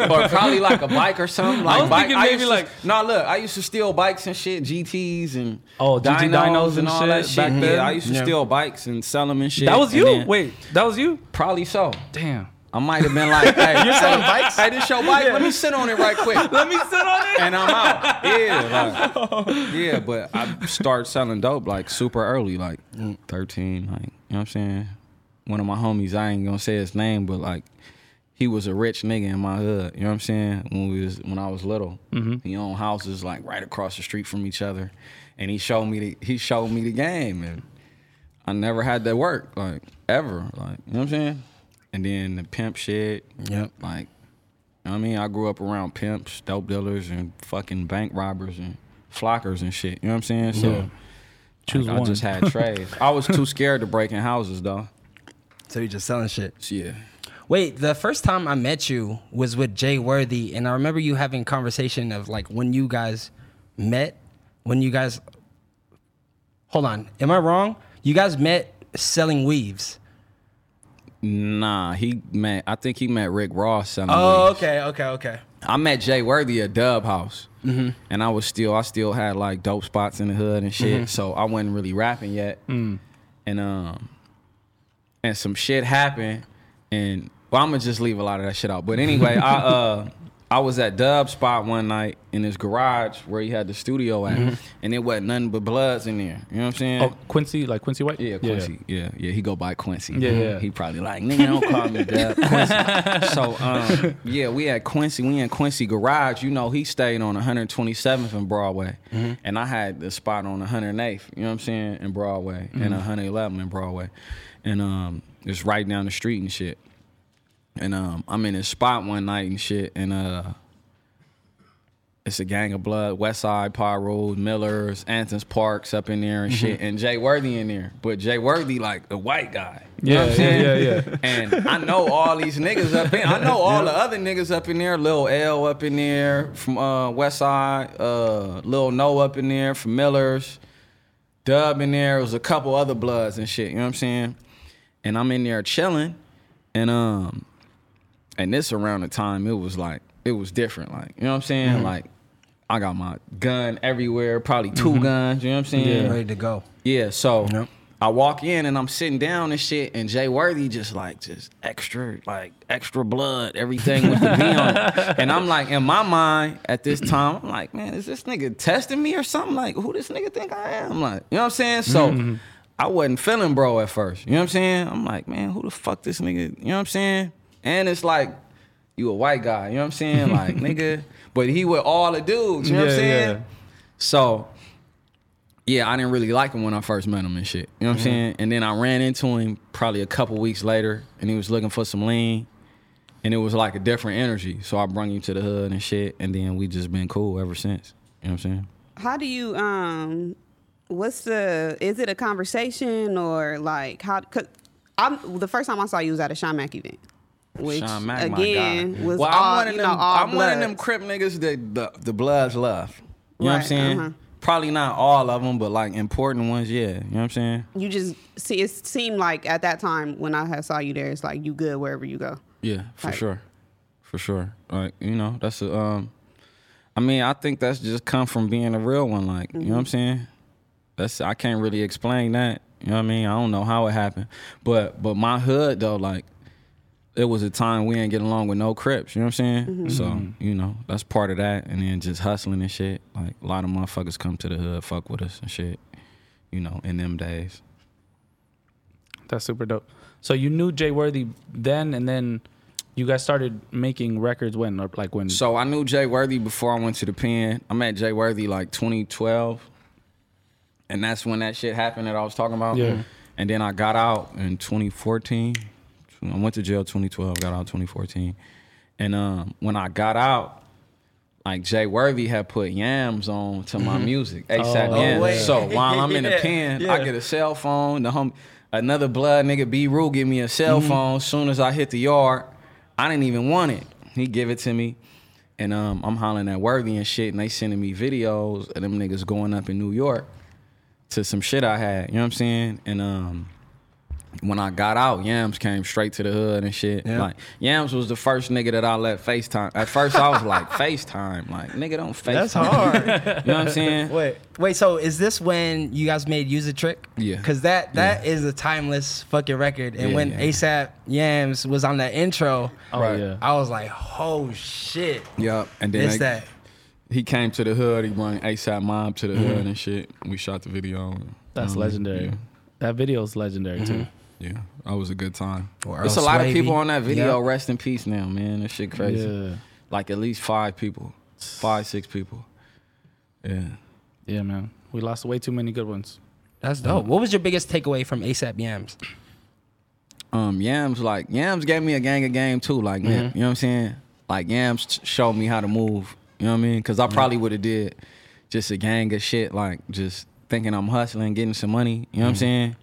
D: or probably like a bike or something. Like
B: was
D: bike.
B: thinking
D: I
B: maybe
D: used to-
B: like-
D: no, look, I used to steal bikes and shit, GTs and
B: Oh, GT dynos and
D: all
B: shit
D: that shit.
B: back
D: yeah,
B: then?
D: I used to
A: Yeah.
D: steal bikes and sell them and shit.
B: That was
D: And
B: you.
D: then-
B: Wait, that was you.
D: probably so.
B: Damn.
D: I might have been like, hey, you're selling bikes? Hey, this your bike? Let me sit on it right quick.
B: Let me sit on it. Oh.
D: and I'm out. Yeah, like, yeah, but I started selling dope like super early, like 13, like, you know what I'm saying? One of my homies, I ain't gonna say his name, but like he was a rich nigga in my hood, you know what I'm saying? When we was when I was little.
B: Mm-hmm.
D: He owned houses like right across the street from each other. And he showed me the he showed me the game and I never had that work, like ever. Like, you know what I'm saying? And then the pimp shit.
A: Yep.
D: Like you know what I mean, I grew up around pimps, dope dealers, and fucking bank robbers and flockers and shit. You know what I'm saying? So like,
B: Choose
D: I
B: one.
D: just had trades. I was too scared to break in houses though.
A: So you just selling shit.
D: So, yeah.
A: Wait, the first time I met you was with Jay Worthy, and I remember you having conversation of like when you guys met, when you guys. Hold on, am I wrong? You guys met selling weaves.
D: Nah, he met. I think he met Rick Ross. selling
B: Oh,
D: weed.
A: Oh, okay, okay, okay.
D: I met Jay Worthy at Dub House, and I was still, I still had like dope spots in the hood and shit. So I wasn't really rapping yet, and um, and some shit happened, and well, I'm gonna just leave a lot of that shit out. But anyway, I uh, I was at Dub spot one night in his garage where he had the studio at, and it wasn't nothing but bloods in there. You know what I'm saying?
B: Oh, Quincy, like Quincy White.
D: Yeah, Quincy. Yeah. yeah, He go by Quincy.
B: Yeah, yeah.
D: He probably like, nigga, don't call me that. Quincy. so, um, yeah, we had Quincy. We in Quincy Garage. You know, he stayed on 127th and Broadway,
B: Mm-hmm.
D: and I had the spot on 108th. You know what I'm saying? In Broadway
B: Mm-hmm.
D: and 111 in Broadway, and um, it's right down the street and shit. And um, I'm in his spot one night and shit, and uh. It's a gang of blood, West Side, Pie Road, Miller's, Anthony's Parks up in there and
B: Mm-hmm.
D: shit, and Jay Worthy in there. But Jay Worthy, like the white guy. You
B: Yeah,
D: know what I'm
B: yeah,
D: saying?
B: yeah, yeah.
D: And I know all these niggas up in. I know all the other niggas up in there. Lil L up in there from uh, West Side. Uh, Lil No up in there from Miller's. Dub in there. It was a couple other bloods and shit. You know what I'm saying? And I'm in there chilling, and um, and this around the time it was like it was different. Like you know what I'm saying? Like I got my gun everywhere. Probably 2 guns. You know what I'm saying?
A: Ready to go.
D: Yeah, so
A: Yep.
D: I walk in and I'm sitting down and shit, and Jay Worthy just like just extra, like extra blood, everything with the B on it. And I'm like, in my mind at this time, I'm like, man, is this nigga testing me or something? Like, who this nigga think I am? Like, you know what I'm saying? So I wasn't feeling bro at first. You know what I'm saying? I'm like, man, who the fuck this nigga? You know what I'm saying? And it's like, you a white guy, you know what I'm saying? Like, nigga, but he with all the dudes, you know what
B: Yeah,
D: I'm saying?
B: yeah.
D: So yeah, I didn't really like him when I first met him and shit. You know what
B: Mm-hmm.
D: I'm saying? And then I ran into him probably a couple weeks later, and he was looking for some lean, and it was like a different energy. So I brung him to the hood and shit, and then we just been cool ever since. You know what I'm saying?
C: How do you um what's the is it a conversation or like how cause I'm the first time I saw you was at a Sean Mack event. Which
D: Sean Mack, my
C: again
D: guy.
C: was
D: well, I'm
C: all,
D: one of
C: you
D: them,
C: know, all
D: I'm one of them
C: bloods.
D: crip niggas that the, the bloods love. You know what I'm
C: Right,
D: saying?
C: uh-huh.
D: Probably not all of them, but like important ones, yeah. You know what I'm saying?
C: You just see it seemed like at that time when I had saw you there, it's like you good wherever you go.
D: Yeah, for
C: Like-
D: sure. For sure. Like, you know, that's a um I mean, I think that's just come from being a real one, like, you know what I'm saying? That's I can't really explain that. You know what I mean? I don't know how it happened. But but my hood though, like it was a time we ain't getting along with no Crips, you know what I'm saying? So, you know, that's part of that. And then just hustling and shit. Like a lot of motherfuckers come to the hood, fuck with us and shit, you know, in them days.
B: That's super dope. So you knew Jay Worthy then, and then you guys started making records when, or like when?
D: So I knew Jay Worthy before I went to the pen. I met Jay Worthy like 2012. and that's when that shit happened that I was talking about.
B: Yeah.
D: And then I got out in 2014. I went to jail 2012, got out 2014. And um, when I got out, like Jay Worthy had put yams on to
A: Mm-hmm.
D: my music, ASAP Yams.
A: wait.
D: so while I'm in the
A: Oh, Yeah,
D: pen,
A: yeah.
D: I get a cell phone. The home, another blood nigga B Rule give me a cell
A: Mm-hmm.
D: phone. Soon as I hit the yard, I didn't even want it. He give it to me, and um, I'm hollering at Worthy and shit, and they sending me videos of them niggas going up in New York to some shit I had. You know what I'm saying? And um, when I got out, Yams came straight to the hood and shit.
A: Yeah.
D: Like Yams was the first nigga that I let FaceTime. At first, I was like FaceTime, like nigga, don't
A: That's
D: FaceTime.
A: hard.
D: You know what I'm saying?
A: Wait, wait. So is this when you guys made "Use a Trick"?
D: Yeah.
A: Cause that that is a timeless fucking record. And
D: Yeah,
A: when
D: yeah.
A: ASAP Yams was on that intro,
B: Oh
D: Right.
B: yeah.
A: I was like, oh shit,
D: Yup. And then
A: it's
D: they-
A: that.
D: he came to the hood. He brought ASAP Mob to the hood and shit. We shot the video.
B: That's
D: Um,
B: legendary.
D: yeah. Mm-hmm.
B: That video's legendary too.
D: Yeah, that was a good time.
A: Or
D: It's a
A: Earl
D: lot of
A: Swavey.
D: people on that video.
A: Yep.
D: Rest in peace now, man. That shit crazy.
B: Yeah.
D: Like at least five people, five six people. Yeah.
B: Yeah, man. We lost way too many good ones.
A: That's dope. What was your biggest takeaway from ASAP Yams?
D: Um, Yams like Yams gave me a gang of game too. Like man, you know what I'm saying? Like Yams t- showed me how to move. You know what I mean? Because I probably would have did just a gang of shit like just thinking I'm hustling, getting some money. You know what I'm saying?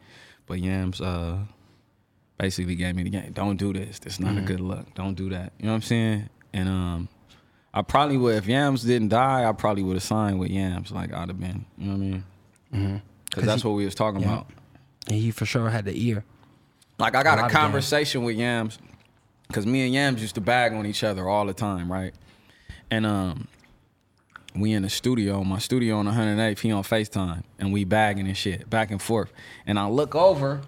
D: But Yams uh basically gave me the game. Don't do this. It's not a good look. Don't do that. You know what I'm saying? And um, I probably would if Yams didn't die. I probably would have signed with Yams. Like I'd have been. You know what I mean? Because that's what we was talking about.
A: And he for sure had the ear.
D: Like I got
A: A
D: a,
A: lot of
D: conversation with Yams, cause me and Yams used to bag on each other all the time, right? And um, we in the studio, my studio on 108th, he on Facetime, and we bagging and shit back and forth. And I look over,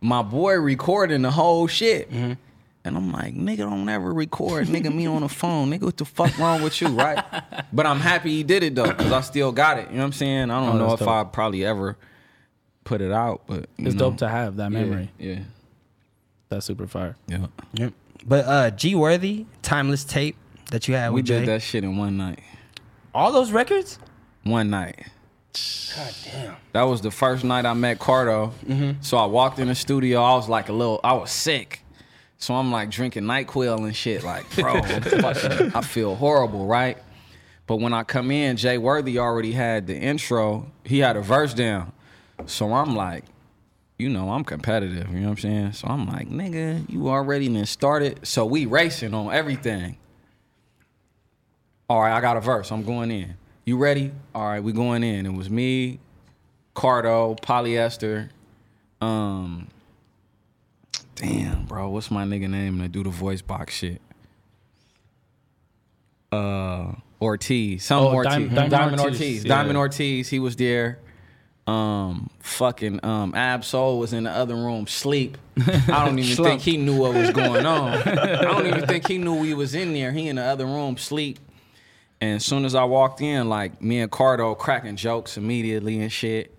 D: my boy recording the whole shit.
B: Mm-hmm.
D: And I'm like, nigga, don't ever record, nigga, me on the phone, nigga, what the fuck wrong with you, right? But I'm happy he did it though, cause I still got it. You know what I'm saying? I don't know if
B: Oh, that's dope.
D: I probably ever put it out, but you
B: It's
D: know,
B: dope to have that
D: yeah,
B: memory.
D: Yeah,
B: That's super fire.
D: yeah.
A: Yep. But uh, G Worthy, timeless tape that you had
D: We
A: with Jay.
D: did that shit in one night.
A: All those records.
D: One night. God damn. That was the first night I met Cardo. So I walked in the studio. I was like a little. I was sick. So I'm like drinking Nyquil and shit. Like, bro, I'm fucking- I feel horrible, right? But when I come in, Jay Worthy already had the intro. He had a verse down. So I'm like, you know, I'm competitive. You know what I'm saying? So I'm like, nigga, you already done started. So we racing on everything. All right, I got a verse. I'm going in. You ready? All right, we going in. It was me, Cardo, Polyester. Um, damn, bro, what's my nigga name that do the voice box shit? Uh, Ortiz, some
B: Oh,
D: Ortiz,
B: Diamond-
D: Diamond,
B: Diamond
D: Ortiz,
B: Ortiz, yeah.
D: Diamond Ortiz. He was there. Um, fucking um, Ab Soul was in the other room, sleep. I don't even think he knew what was going on. I don't even think he knew we was in there. He in the other room, sleep. And as soon as I walked in, like me and Cardo cracking jokes immediately and shit.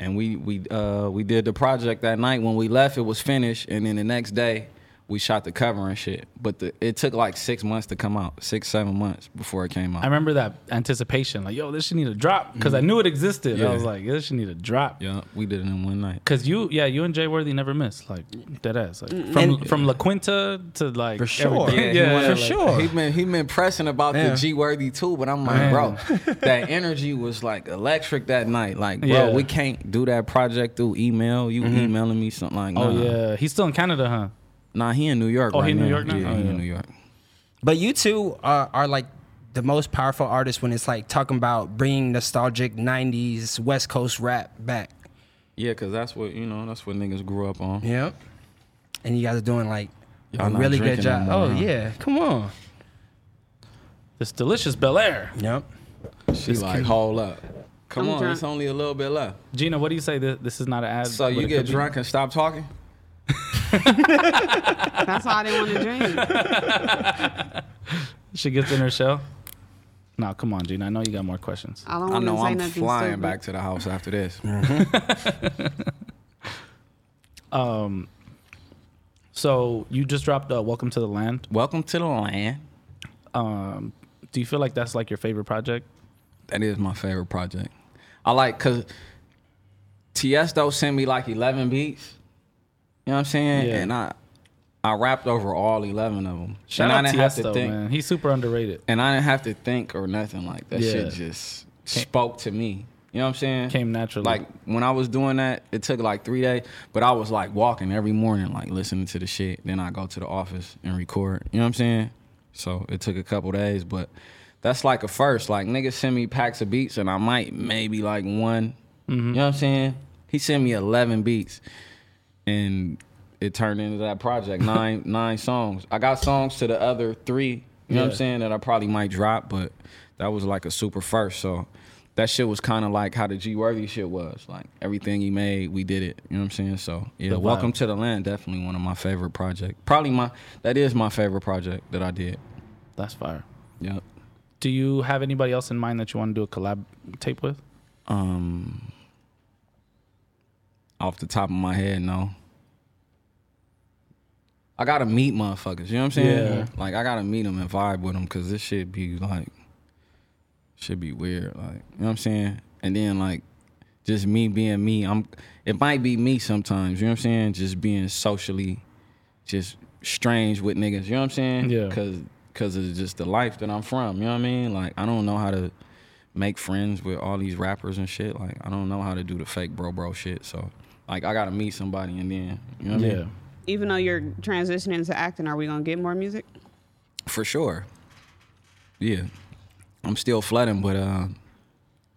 D: And we we uh we did the project that night. When we left, it was finished, and then the next day we shot the cover and shit. But the, it took like six months to come out, six seven months before it came out.
B: I remember that anticipation, like, yo, this should need a drop, because I knew it existed.
D: Mm-hmm. Yeah.
B: I was like, this should need a drop.
D: yeah, we did it in one night.
B: Cause you, yeah, you and Jay Worthy never miss, like dead ass, like from from La Quinta to like
A: For sure.
B: everything.
A: Yeah,
B: yeah,
A: he wanted- for
B: yeah, like-
A: sure.
D: He been he been pressing about
A: Yeah.
D: the G worthy too, but I'm like, bro, that energy was like electric that night. Like, bro,
B: Yeah. Mm-hmm.
D: we can't do that project through email. You emailing me something like,
A: Uh-huh.
B: Oh
D: nah.
B: yeah, he's still in Canada, huh?
D: Nah, he in New York.
B: Oh,
D: right
B: he in New
D: now.
B: York now?
D: Yeah,
B: Oh,
D: he
B: yeah.
D: in New York.
A: But you two are, are like the most powerful artists when it's like talking about bringing nostalgic '90s West Coast rap back.
D: Yeah, cause that's what you know. That's what niggas grew up on.
A: Yep. And you guys are doing like
D: Y'all
A: a
D: not
A: really good
D: drinking
A: job.
D: no
A: oh
D: more, huh?
A: yeah, come on.
B: This delicious Bel Air.
A: Yep.
D: She like, hold up, come
C: I'm
D: on,
C: drunk.
D: it's only a little bit left.
B: Gina, what do you say? This, this is not an ad.
D: So
B: but
D: you
B: it
D: get
B: could be?
D: drunk and stop talking.
C: That's why I didn't want to drink.
B: She gets in her shell. Nah, come on, Gina. I know you got more questions.
C: I don't
D: I
C: want to
D: know
C: say
D: I'm
C: nothing
D: flying
C: stupid.
D: back to the house after this.
B: So you just dropped uh, "Welcome to the Land."
D: Welcome to the land.
B: Um, do you feel like that's like your favorite project?
D: That is my favorite project. I like cause Tiesto sent me like 11 beats. You know what I'm saying?
B: Yeah.
D: And I I rapped over all 11 of them.
B: Shout
D: and
B: out
D: I didn't have
B: Tiesto,
D: to think
B: man. He's super underrated.
D: and I didn't have to think or nothing like that.
B: Yeah.
D: Shit just spoke to me. You know what I'm saying?
B: Came naturally.
D: Like when I was doing that, it took like three days, but I was like walking every morning, like listening to the shit. Then I go to the office and record. You know what I'm saying? So it took a couple days, but that's like a first. Like niggas send me packs of beats, and I might maybe like one.
B: Mm-hmm.
D: You know what I'm saying? He sent me 11 beats and it turned into that project nine nine songs i got songs to the other three you know what
B: Yeah.
D: i'm saying that i probably might drop but that was like a super first so that shit was kind of like how the g worthy shit was like everything he made we did it you know what i'm saying so yeah
B: The vibe.
D: welcome to the land definitely one of my favorite projects probably my that is my favorite project that i did
B: That's fire.
D: yep
B: Do you have anybody else in mind that you want to do a collab tape with?
D: um off the top of my head no i gotta meet motherfuckers you know what i'm saying
B: Yeah.
D: like i gotta meet them and vibe with them because this shit be like should be weird like you know what i'm saying and then like just me being me i'm it might be me sometimes you know what i'm saying just being socially just strange with niggas you know what i'm saying
B: Yeah.
D: because because it's just the life that i'm from you know what i mean like i don't know how to make friends with all these rappers and shit. Like I don't know how to do the fake bro bro shit. So like I gotta meet somebody and then you know what I mean?
C: Even though you're transitioning into acting, are we gonna get more music?
D: For sure. Yeah. I'm still flooding, but uh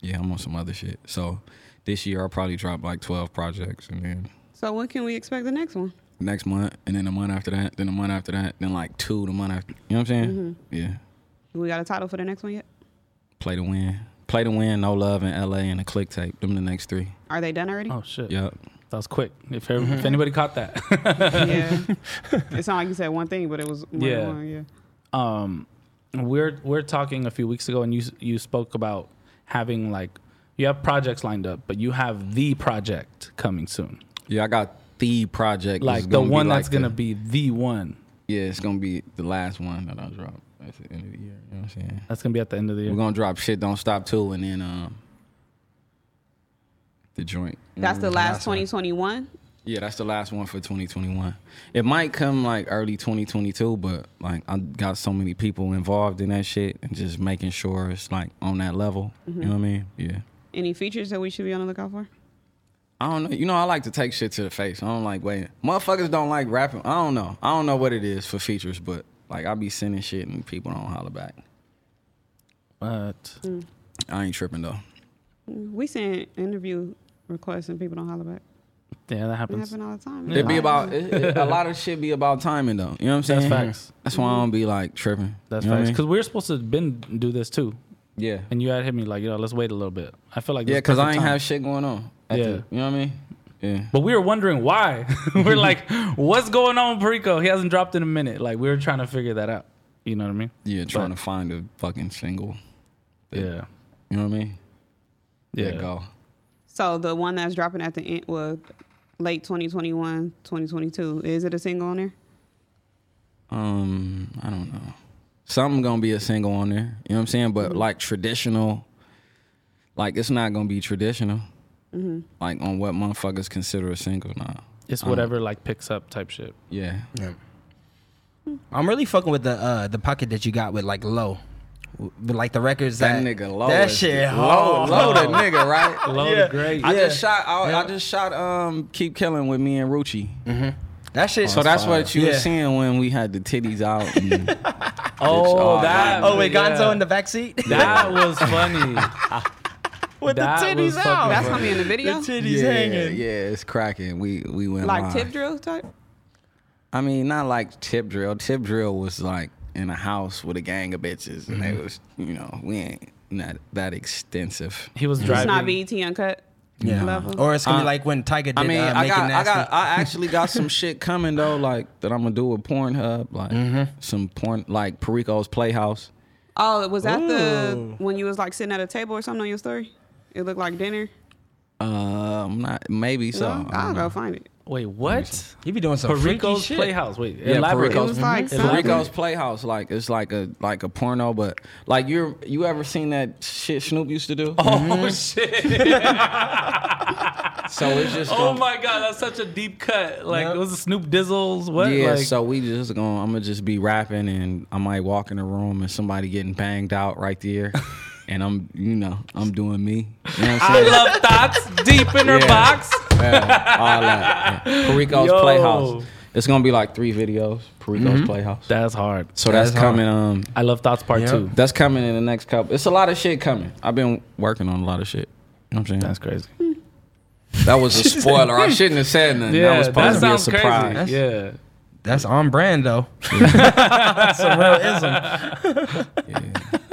D: yeah, I'm on some other shit. So this year I'll probably drop like twelve projects and then
C: So when can we expect the next one?
D: next month and then a month after that, then a month after that, then like two the month after you know what I'm saying? Yeah.
C: We got a title for the next one yet?
D: Play to win. Play to win, no love in LA and a click tape. Them the next three.
C: Are they done already?
B: Oh shit.
D: Yep.
B: That was quick. If,
D: Mm-hmm.
B: if anybody caught that.
C: yeah. It sounded like you said one thing, but it was one
B: Yeah.
C: yeah. One, yeah.
B: um we're we're talking a few weeks ago and you you spoke about having like you have projects lined up but you have the project coming soon
D: Yeah, I got the project.
B: like
D: It's
B: the
D: gonna be
B: one that's
D: like
B: gonna
D: the-
B: be the one
D: Yeah, it's gonna be the last one that I drop at the end of the year. You know what I'm saying?
B: that's gonna be at the end of the year
D: We're gonna drop shit don't stop too, and then um, the joint. You know
C: That's
D: what
C: the
D: I mean?
C: last 2021.
D: Yeah, that's the last one for 2021. It might come like early 2022, but like I got so many people involved in that shit, and just making sure it's like on that level. You know what I mean? Yeah.
C: Any features that we should be on the lookout for?
D: I don't know. You know, I like to take shit to the face. I don't like waiting. Motherfuckers don't like rapping. I don't know. I don't know what it is for features, but like I be sending shit and people don't holler back.
B: but
D: I ain't tripping though.
C: We send interview requests and people don't holler back.
B: yeah that
C: It
B: happens
C: happens all the time.
D: It be about it, it- a lot of shit be about timing though. You know what I'm saying?
B: That's facts.
D: That's why I don't be like tripping.
B: that's
D: You know what I
B: facts
D: mean?
B: because we are supposed to been do this too
D: Yeah.
B: and you had hit me like you know let's wait a little bit i feel like
D: Yeah,
B: this
D: because I
B: perfect
D: ain't
B: time.
D: have shit going on. at
B: Yeah.
D: the- you know what I mean? Yeah.
B: but we were wondering why we're like what's going on with perico he hasn't dropped in a minute like we were trying to figure that out you know what i mean
D: Yeah, trying
B: But-
D: to find a fucking single.
B: yeah
D: You know what I mean?
B: yeah,
D: Go.
C: So the one that's dropping at the end, well, late 2021, 2022. Is it a single on there?
D: Um, I don't know. Something gonna be a single on there. You know what I'm saying?
C: Mm-hmm.
D: But like traditional, like it's not gonna be traditional.
C: Mm-hmm.
D: Like on what motherfuckers consider a single now.
B: it's whatever like picks up type shit
D: Yeah.
A: Yeah. I'm really fucking with the uh the pocket that you got with like low, with, like the records
D: That
A: that,
D: nigga low.
A: That
D: is-
A: shit
D: low.
A: hard.
D: Low the nigga, right?
B: low
A: Yeah.
B: great
D: I
A: Yeah.
D: just shot. I, I just shot. Um, keep killing with me and Ruchi.
A: That shit.
D: So that's
A: fire.
D: what you were
A: Yeah.
D: seeing when we had the titties out. and-
B: Oh,
D: Oh,
B: that.
A: Oh wait, Gonzo
B: yeah.
A: in the back seat
B: That was funny.
A: with
B: that
A: the
B: was
A: titties
B: fucking
A: out.
C: That's gonna be in the video,
A: the titties
D: yeah,
A: hanging.
D: yeah, it's cracking. We we went
C: like
D: live.
C: tip drill type.
D: I mean, not like tip drill. Tip drill was like in a house with a gang of bitches, and they was, you know, we ain't not that extensive.
B: He was
C: It's
B: driving.
C: not BET uncut.
A: Yeah. Oh.
C: Level.
A: Or it's gonna be
D: Uh,
A: like when Tiger did
D: I mean,
A: uh,
D: I
A: making
D: got, I
A: nasty.
D: got, I actually got some shit coming though, like that I'm gonna do with Pornhub, like some porn, like Perico's Playhouse.
C: Oh, was that
A: Ooh.
C: the when you was like sitting at a table or something on your story? It looked like dinner.
D: Uh, I'm not, maybe so.
C: No?
D: I don't
C: I'll
D: know.
C: go find it.
B: Wait, what?
A: He be doing some freaky
B: Perico's
A: shit.
B: Playhouse. Wait,
D: Yeah,
B: elaborate.
D: Perico's,
C: It was like
D: Mhm.
C: something-
D: Perico's Playhouse. Like it's like a like a porno, but like you're you ever seen that shit Snoop used to do?
B: Oh shit!
D: Mm-hmm. So it's just
B: Oh
D: gonna-
B: my god, that's such a deep cut. Like
D: Yep.
B: it was Snoop Dizzle's what?
D: Yeah,
B: like,
D: so we just going. I'm gonna just be rapping, and I might walk in the room and somebody getting banged out right there, and I'm, you know, I'm doing me. You know what I'm
B: I
D: saying?
B: love thoughts deep in her
D: Yeah.
B: box.
D: Yeah, all that. Yeah. Perico's
B: Yo. Mm-hmm.
D: Playhouse. It's gonna be like three videos. Perico's Playhouse.
B: That's hard.
D: so that's
A: That's hard.
D: coming. Um,
B: I love thoughts part
A: Yep.
B: two.
D: that's coming in the next couple. It's a lot of shit coming. I've been working on a lot of shit. You know what I'm saying?
B: That's crazy.
D: that was a spoiler. I shouldn't have said nothing. that was supposed to be a surprise.
B: crazy. Yeah.
A: That's on brand though. That's some real ism.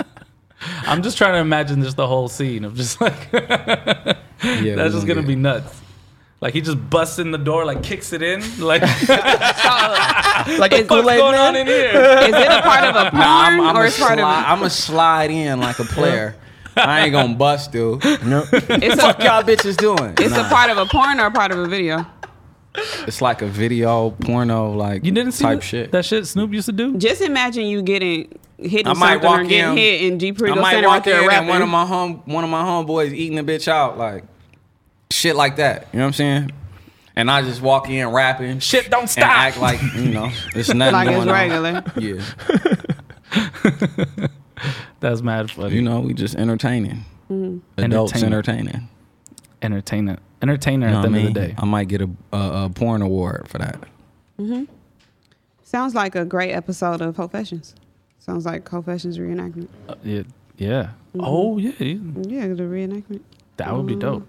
B: I'm just trying to imagine just the whole scene of just like
D: Yeah, we
B: that's just gonna
D: get-
B: be nuts. Like he just busts in the door, like kicks it in, like
A: Like a
B: what's
A: Kool Aid
B: going on
A: man.
B: in here?
C: Is it a part of a porn
D: Nah, I'm, I'm
C: or
D: a
C: it's part
D: slide,
C: of?
D: I'm a slide in like a player. I ain't gonna bust, dude.
C: It's a,
D: y'all bitches doing?
C: it's a part of a porn or a part of a video.
D: It's like a video porno like
B: You didn't see
D: type
B: that,
D: shit.
B: that shit Snoop used to do?
C: Just imagine you getting hit
D: I
C: or
D: might
C: something or
D: walk
C: getting
D: in.
C: hit and G
D: I
C: Perico
D: might
C: standing right
D: walk
C: there
D: in
C: rapping.
D: and one of my home one of my homeboys eating the bitch out like shit like that. You know what I'm saying? And I just walk in rapping
B: Shit don't
D: and
B: stop.
D: act like you know it's nothing
C: like it's
D: going on.
C: regular.
D: Yeah,
B: That's mad funny.
D: you know we just entertaining.
C: Mm-hmm.
D: Adults entertaining.
B: Entertainer. Entertainer
D: You know
B: at
D: what
B: the
D: I
B: end
D: mean?
B: of the day.
D: I might get a, a, a porn award for that.
C: Sounds like a great episode of Confessions. Sounds like Confessions reenactment.
B: Uh, yeah. Yeah. Oh yeah. yeah.
C: Yeah, the reenactment.
B: That would be dope.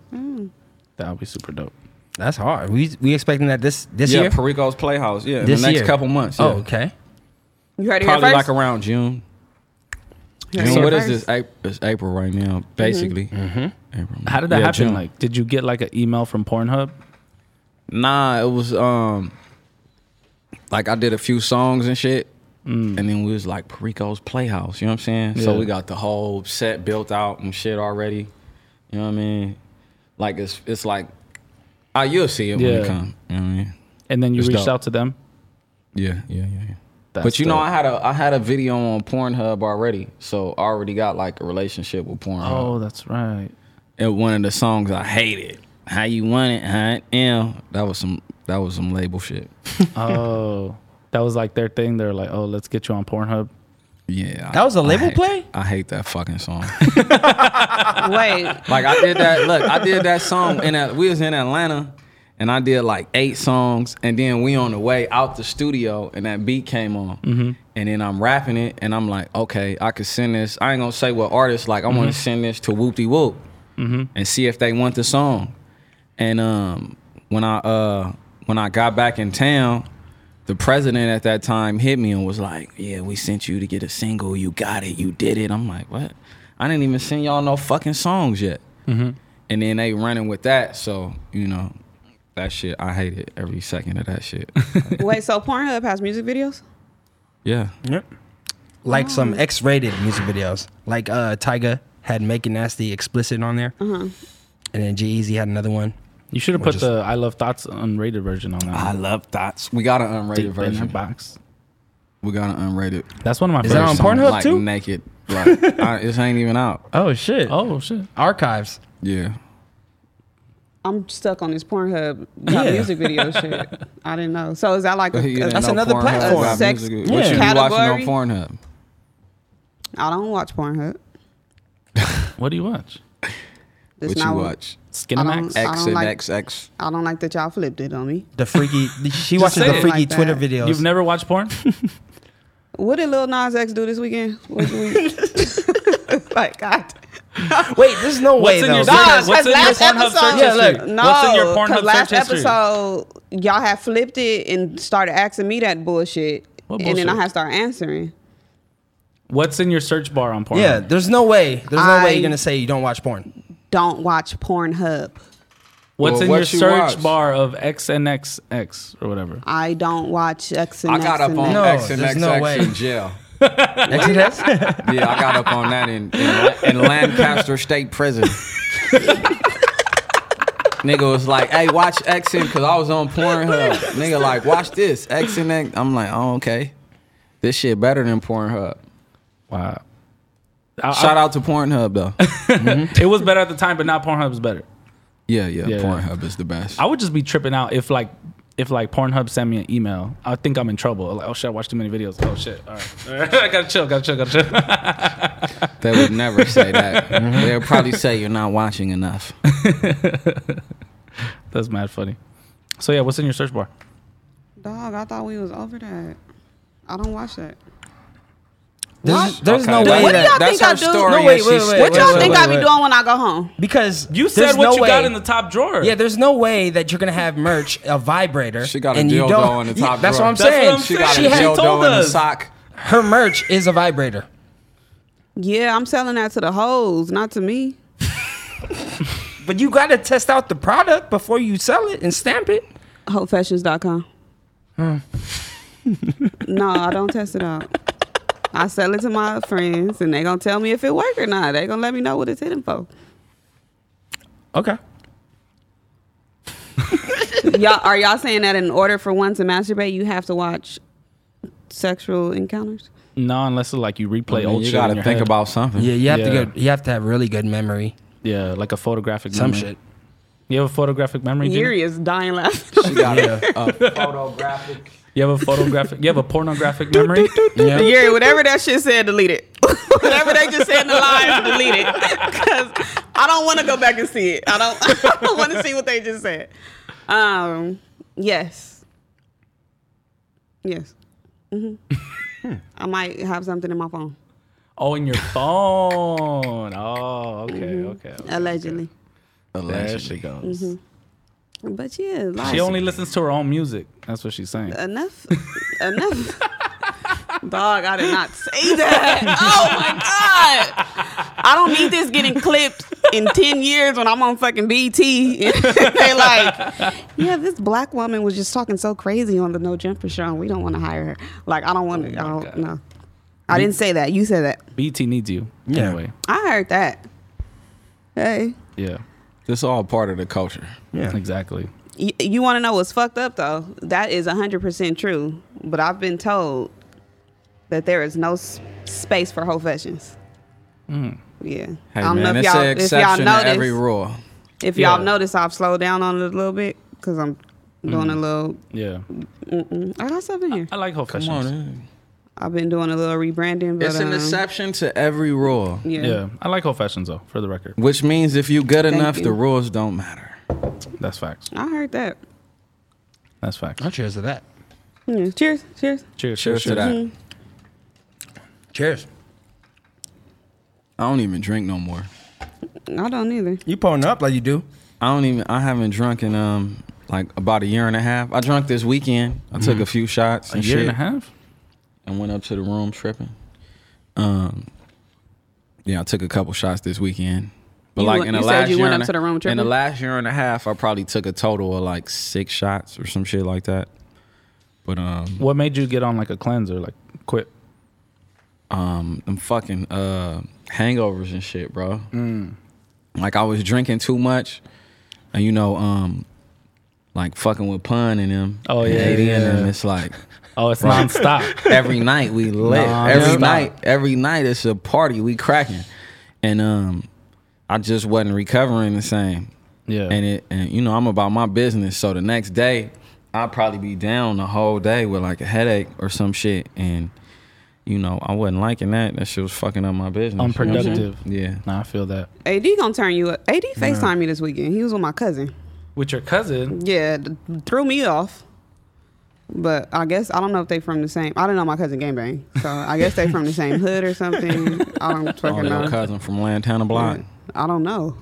B: That would be super dope.
A: That's hard. We we expecting that this this
D: yeah,
A: year.
D: Perico's Playhouse. Yeah, in
A: This
D: the next
A: year.
D: couple months. Yeah.
A: Oh, okay.
C: You heard it
D: Probably
C: here
D: like
C: first.
D: around June.
C: You heard it
D: I mean,
C: here
D: what is
C: first.
D: this? April, it's April right now, basically. Mm-hmm. April.
B: How did that
D: Yeah,
B: happen?
D: June.
B: Like, did you get like an email from Pornhub?
D: nah, it was um, like I did a few songs and shit,
A: Mm.
D: and then we was like Perico's Playhouse. You know what I'm saying? So
B: Yeah.
D: we got the whole set built out and shit already. You know what I mean? Like it's it's like, ah, you'll see it when
B: Yeah.
D: it come. You know what I mean?
B: And then you
D: It's
B: reached
D: dope.
B: out to them.
D: Yeah, yeah, yeah, yeah.
B: That's
D: but you know,
B: dope.
D: I had a I had a video on Pornhub already, so I already got like a relationship with Pornhub.
B: Oh, that's right.
D: and one of the songs I hated. How you want it, huh? Yeah, that was some that was some label shit.
B: Oh, that was like their thing. They're like, oh, let's get you on Pornhub.
D: Yeah, I-
A: That was a
D: I
A: label
D: hate-
A: play?
D: I hate that fucking song.
C: Wait,
D: like I did that. Look, I did that song in that we was in Atlanta, and I did like eight songs, and then we on the way out the studio, and that beat came on, and then I'm rapping it, and I'm like, okay, I could send this. I ain't gonna say what artist. Like I want to send this to Whoop De Whoop, and see if they want the song. And um, when I uh when I got back in town. The president at that time hit me and was like, "Yeah, we sent you to get a single. You got it. You did it." I'm like, "What? I didn't even send y'all no fucking songs yet."
A: Mm-hmm.
D: And then they running with that, so you know, that shit. I hated every second of that shit.
C: wait. So Pornhub has music videos.
D: yeah,
A: Yep. Like some
C: Mm.
A: X-rated music videos, like uh Tyga had "Make It Nasty" explicit on there,
C: Uh-huh.
A: and then G-Eazy had another one.
B: You should have put
A: just-
B: the I Love Thoughts unrated version on that.
D: I love thoughts. We got an
B: Deep
D: unrated
B: in
D: version.
B: your box.
D: We got an unrated.
B: That's one of my
A: Is that
B: favorites.
A: on
D: Something
A: Pornhub
D: like
A: too?
D: Naked. Like I, this ain't even out.
A: Oh shit!
B: Oh shit.
A: Archives.
D: Yeah.
C: I'm stuck on this Pornhub got
A: Yeah.
C: music video shit. I didn't know. So is that like a,
D: You
C: a-
D: didn't
A: That's
D: know
A: another
D: Pornhub
A: platform.
D: got
C: Sex
D: music. What you be
C: category?
D: watching on Pornhub?
C: I don't watch Pornhub.
B: What do you watch?
C: It's
D: what
C: not
D: you watch?
B: Skinamax.
C: I
D: X
C: don't
D: and
C: like-
D: XX.
C: I don't like that y'all flipped it on me.
A: The freaky. She watches
B: say
A: the
B: it
A: freaky
C: like
A: Twitter
C: that.
A: videos.
B: You've never watched porn?
C: What did Lil Nas X do this weekend? What we- like God.
A: Wait, there's no way
B: What's in
A: though.
B: your
C: No,
B: search-
C: because
B: what's in your
C: last
B: Pornhub
C: episode-
B: search
A: Yeah,
B: history?
A: look.
C: No,
B: What's in your
C: 'cause
B: Pornhub
C: last
B: search history?
C: episode y'all had flipped it and started asking me that bullshit,
B: What
C: and then I
B: bullshit?
C: had to start answering.
B: What's in your search bar on porn?
A: yeah, there's no way. There's no way
C: I-
A: you're gonna say you don't watch porn.
C: Don't watch Pornhub.
B: What's
D: Well,
B: in
D: what
B: your
D: you
B: search
D: watch?
B: bar of XNXX or whatever?
C: I don't watch X and
D: I
C: X
D: got up
C: and
D: on
C: X.
A: No,
D: X and
A: there's no
D: XX
A: way.
D: in jail.
A: Exodus?
D: Yeah, I got up on that in, in, in Lancaster State Prison. Nigga was like, "Hey, watch XN," because I was on Pornhub. Nigga like, "Watch this XN." I'm like, "Oh, okay, this shit better than Pornhub."
B: Wow. I- I-
D: Shout out to Pornhub though.
B: It was better at the time, but now Pornhub's better.
D: Yeah, yeah.
B: Yeah.
D: Pornhub is the best.
B: I would just be tripping out if like if like Pornhub sent me an email. I would think I'm in trouble. Like, oh shit, I watched too many videos. Oh shit, all right, all right. I gotta chill, gotta chill, gotta chill.
D: They would never say that. They'll probably say you're not watching enough.
B: That's mad funny. So yeah, what's in your search bar?
C: Dog, I thought we was over that. I don't watch that.
A: There's, there's no
B: Okay.
A: way
C: What do y'all
A: that
C: think I
D: her
C: do?
D: story.
A: No,
D: and
A: wait,
D: she's
A: wait, wait,
D: sticking
C: What y'all
D: to it.
C: think I be
A: wait.
C: doing when I go home?
A: because
B: You said
A: there's
B: what
A: no
B: you got
A: way-
B: in the top drawer.
A: Yeah, there's no way that you're gonna have merch a vibrator.
D: She got a
A: and you
D: dildo
A: don't-
D: on the
A: Yeah,
D: top
A: That's
D: drawer.
A: what I'm
D: That's
B: what
A: saying.
B: I'm
D: She
B: saying.
D: got a
B: She had
D: dildo
B: told
D: in a
B: us.
D: sock.
A: Her merch is a vibrator.
C: Yeah, I'm selling that to the hoes, not to me.
A: But you gotta test out the product before you sell it and stamp it.
C: Hopefashions.com. Hmm. no, I don't test it out. I sell it to my friends, and they gonna tell me if it work or not. They gonna let me know what it's hitting for.
A: Okay.
C: y'all are y'all saying that in order for one to masturbate, you have to watch sexual encounters?
B: No, unless it's like you replay old
D: you
B: shit. in
D: gotta
B: your
D: think
B: head.
D: about something.
A: Yeah, you have
B: Yeah.
A: to go. You have to have really good memory.
B: yeah, like a photographic
A: Some
D: Mm-hmm.
B: memory.
A: shit.
B: You have a photographic memory. Gina?
C: Yuri is dying laughing.
D: She got a, a photographic.
B: You have a photographic. You have a pornographic memory.
A: Yeah.
C: Yuri, whatever that shit said, delete it. whatever they just said in the live, delete it. Because I don't want to go back and see it. I don't. I don't want to see what they just said. Um. Yes. Yes. hmm I might have something in my phone.
B: Oh, in your phone. Oh, okay,
C: Mm-hmm.
B: okay.
C: Allegedly.
B: There she goes.
C: Mm-hmm. But yeah, lies.
B: She only listens to her own music. That's what she's saying.
C: enough, enough. Dog, I did not say that. Oh my god, I don't need this getting clipped in ten years when I'm on fucking BT. And they like, yeah, this black woman was just talking so crazy on the No Jumper show, and we don't want to hire her. Like, I don't want to. I don't know. I didn't say that. You said that.
B: BT needs you.
A: Yeah.
B: Anyway,
C: I heard that. Hey,
B: yeah,
D: This all part of the culture.
A: Yeah.
B: exactly.
C: you, you want to know what's fucked up though? That is 100% true. But I've been told that there is no s- space for whole fashions. Yeah.
D: Mm. Hey man, it's an exception to every rule.
C: if y'all
B: Yeah.
C: notice, I've slowed down on it a little bit because I'm
D: Mm.
C: doing a little.
B: Yeah,
C: Mm-mm. I got stuff in here.
B: I like whole fashions.
C: I've been doing a little rebranding. But,
D: It's an
C: um,
D: exception to every rule,
C: Yeah.
B: Yeah, I like whole fashions though. For the record,
D: which means if you good enough,
C: you.
D: the rules don't matter.
B: that's facts.
C: I heard that.
B: That's facts.
A: Oh, cheers to that.
C: Yeah. Cheers. Cheers.
B: Cheers,
D: Cheers to
C: Mm-hmm.
D: that. Mm-hmm.
A: Cheers.
D: I don't even drink no more.
C: I don't either.
A: You pulling up like you do.
D: I don't even. I haven't drunk in um like about a year and a half. I drank this weekend. I took Mm-hmm. a few shots.
B: A
D: and
B: year
D: shit.
B: and a half.
D: and went up to the room tripping. Um, yeah, I took a couple shots this weekend. But
C: You
D: like
C: went-
D: in the
C: you said
D: last
C: you
D: year
C: went
D: and
C: up
D: a-
C: to the room
D: in the
C: tripping?
D: last year and a half, I probably took a total of like six shots or some shit like that. But um,
B: What made you get on like a cleanser? Like quit.
D: um, them fucking uh hangovers and shit, bro.
C: Mm.
D: Like I was drinking too much, and you know, um, like fucking with pun and them.
B: Oh,
D: and
B: yeah,
D: AD and them,
B: yeah.
D: It's like
B: Oh, it's
D: Right.
B: nonstop.
D: every night we lit.
B: Nah,
D: every
B: dude.
D: night, every night it's a party. We cracking, and um, I just wasn't recovering the same.
B: Yeah.
D: And it, and you know, I'm about my business. So the next day, I'll probably be down the whole day with like a headache or some shit, and you know, I wasn't liking that. That shit was fucking up my business. you know what I'm saying?
B: Unproductive.
D: Yeah.
B: Nah, I feel that.
C: AD gonna turn you up. AD FaceTime me this weekend. He was with my cousin.
B: With your cousin.
C: Yeah, th- threw me off. But I guess I don't know if they from the same. I don't know my cousin Game Bang, so I guess they from the same hood or something. I don't
D: Oh,
C: fucking
D: your
C: know.
D: cousin from Lantana Block.
C: I don't know.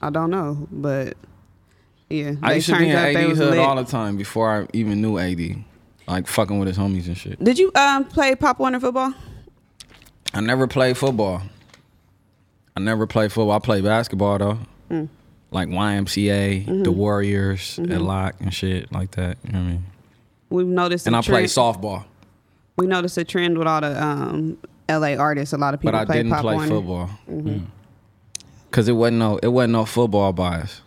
C: I don't know, but yeah,
D: I
C: they
D: used to be
C: turned
D: in
C: up.
D: AD
C: They was
D: hood
C: lit.
D: all the time before I even knew AD, like fucking with his homies and shit.
C: Did you um play Pop Warner football?
D: I never played football. I never played football. I played basketball though.
C: Mm.
D: Like YMCA, the
C: Mm-hmm.
D: Warriors, at Lock and shit like that. You know what I mean?
C: We've noticed.
D: And
C: a
D: I played
C: trend.
D: softball,
C: We noticed a trend with all the um L.A. artists. A lot of people
D: but I
C: play Mm-hmm.
D: didn't
C: Pop
D: play
C: Warner.
D: football. Mm. Cause it wasn't no it wasn't no football bias.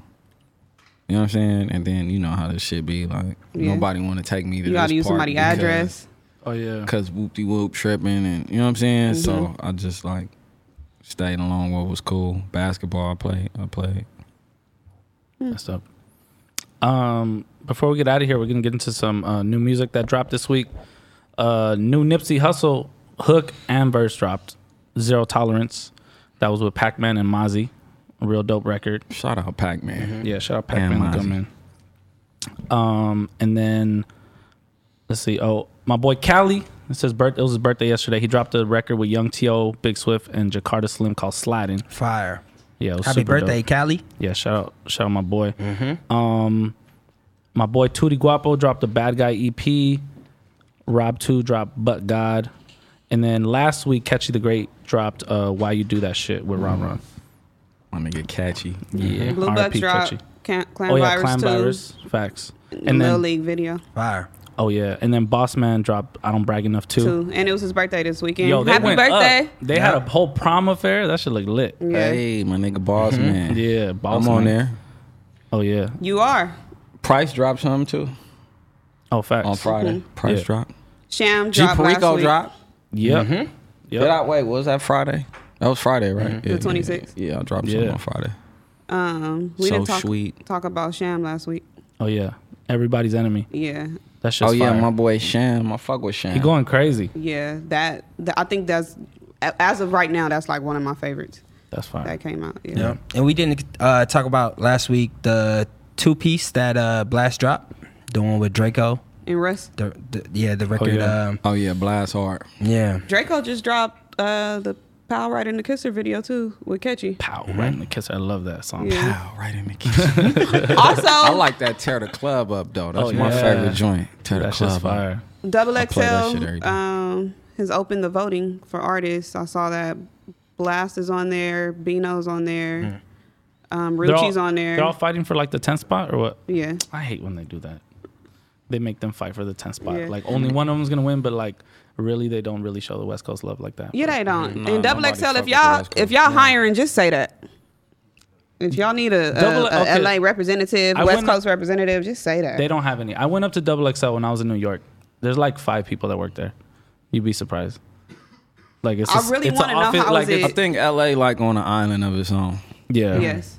D: You know what I'm saying? And then you know how this shit be like
C: Yeah.
D: nobody wanna take me to
C: You
D: this
C: gotta use
D: park
C: somebody's
D: because-
C: address.
B: Oh yeah.
D: Cause whoop de whoop tripping and you know what I'm saying? So
C: Mm-hmm.
D: I just like stayed along what was cool. Basketball I played I played.
B: Messed up. Um, before we get out of here, we're gonna get into some uh, new music that dropped this week. Uh, new Nipsey Hustle hook and verse dropped. Zero Tolerance. That was with Pac Man and Mozzie. A real dope record.
D: Shout out Pac Man.
B: Yeah, shout out Pac
D: And
B: Man the
D: Mozzie.
B: Gunman. Um, and then let's see. Oh, my boy Cali. It says birth. It was his birthday yesterday. He dropped a record with Young T.O., Big Swift, and Jakarta Slim called Sliding.
A: Fire.
B: Yeah, it was
A: Happy
B: super dope.
A: birthday, Cali.
B: Yeah, shout out, shout out my boy.
D: Mm-hmm.
B: Um, my boy Tutti Guapo dropped the Bad Guy EP. Rob Two dropped But God, and then last week Catchy the Great dropped uh, Why You Do That Shit with Ron Ron.
D: My nigga catchy.
B: Yeah,
C: Blue Bucks
B: R.I.P.
C: drop. Clan, Clan
B: Oh yeah,
C: virus
B: Clan
C: too.
B: Virus. Facts.
C: And
B: And
C: Little
B: then
C: League video
A: Fire.
B: oh yeah, and then Boss Man dropped I Don't Brag Enough too.
C: too. And it was his birthday this weekend.
B: Yo, they
C: Happy
B: went
C: birthday. Mm.
B: Up. They had a whole prom affair. That shit look lit.
C: Yeah.
D: Hey, my nigga boss man.
B: Mm-hmm. Yeah, Boss
D: I'm on
B: Man.
D: there.
B: Oh yeah.
C: You are.
D: Price dropped something too
B: Oh facts.
D: on Friday. Price
B: Yeah.
D: dropped.
C: Sham
D: G
C: dropped last
D: Perico
C: week.
D: dropped. Mm-hmm.
B: Yep. Yep. Mm-hmm.
D: Did I wait? Was that Friday? That was Friday, right? Yeah, yeah,
C: 26th.
D: Yeah, I dropped something
B: Yeah.
D: on Friday.
C: Um, we
D: So
C: didn't talk,
D: sweet.
C: talk about Sham last week.
B: Oh yeah. Everybody's enemy.
C: Yeah,
B: That shit's
D: oh yeah,
B: fire.
D: my boy Sham. I fuck with Sham.
B: He going crazy.
C: yeah. That, that I think that's a- as of right now. That's like one of my favorites
B: That's fire.
C: that came out. Yeah.
A: Yeah. And we didn't uh, talk about last week the two piece that uh, Blast dropped, the one with Draco.
C: And Russ
A: The, the, yeah, the record.
B: yeah.
A: Um,
D: Oh yeah, blast hard.
B: Mm-hmm.
A: yeah.
C: Draco just dropped uh, the Power Right in the Kisser video too with Catchy.
B: Pow, right in the kisser. I love that song.
C: Yeah.
D: Wow, right in the kitchen.
C: Also,
D: I like that tear the club up though. That's
B: Oh,
D: my
B: yeah.
D: favorite joint. Tear the
B: That
D: club
B: shit's
D: up.
B: fire.
C: Double
D: I play that shit every
C: XL
D: day.
C: um, has opened the voting for artists. I saw that Blast is on there, Beano's on there, um,
B: Hmm. They're
C: Ruchi's
B: all-
C: on there.
B: They're all fighting for like the 10th spot or what?
C: yeah,
B: I hate when they do that. They make them fight for the 10th spot.
C: Yeah.
B: Like only one of them's going to win, but like really they don't really show the West Coast love like that.
C: yeah, they don't. and Double
D: nobody
C: XL,
D: fuck with
C: if
D: the
C: y'all
D: West Coast.
C: if y'all hiring, just say that. If y'all need a, a-
B: Double-
C: a
B: okay.
C: LA representative,
B: I
C: West
B: went-
C: Coast representative, just say that.
B: They don't have any. I went up to Double XL when I was in New York. There's like five people that work there. You'd be surprised. Like it's
C: I
B: a-
C: really
B: it's a
C: wanna know
B: office-
C: how
B: like
C: is
D: I
B: it's-
C: it-
D: think LA like on an island of its own.
B: yeah.
C: yes,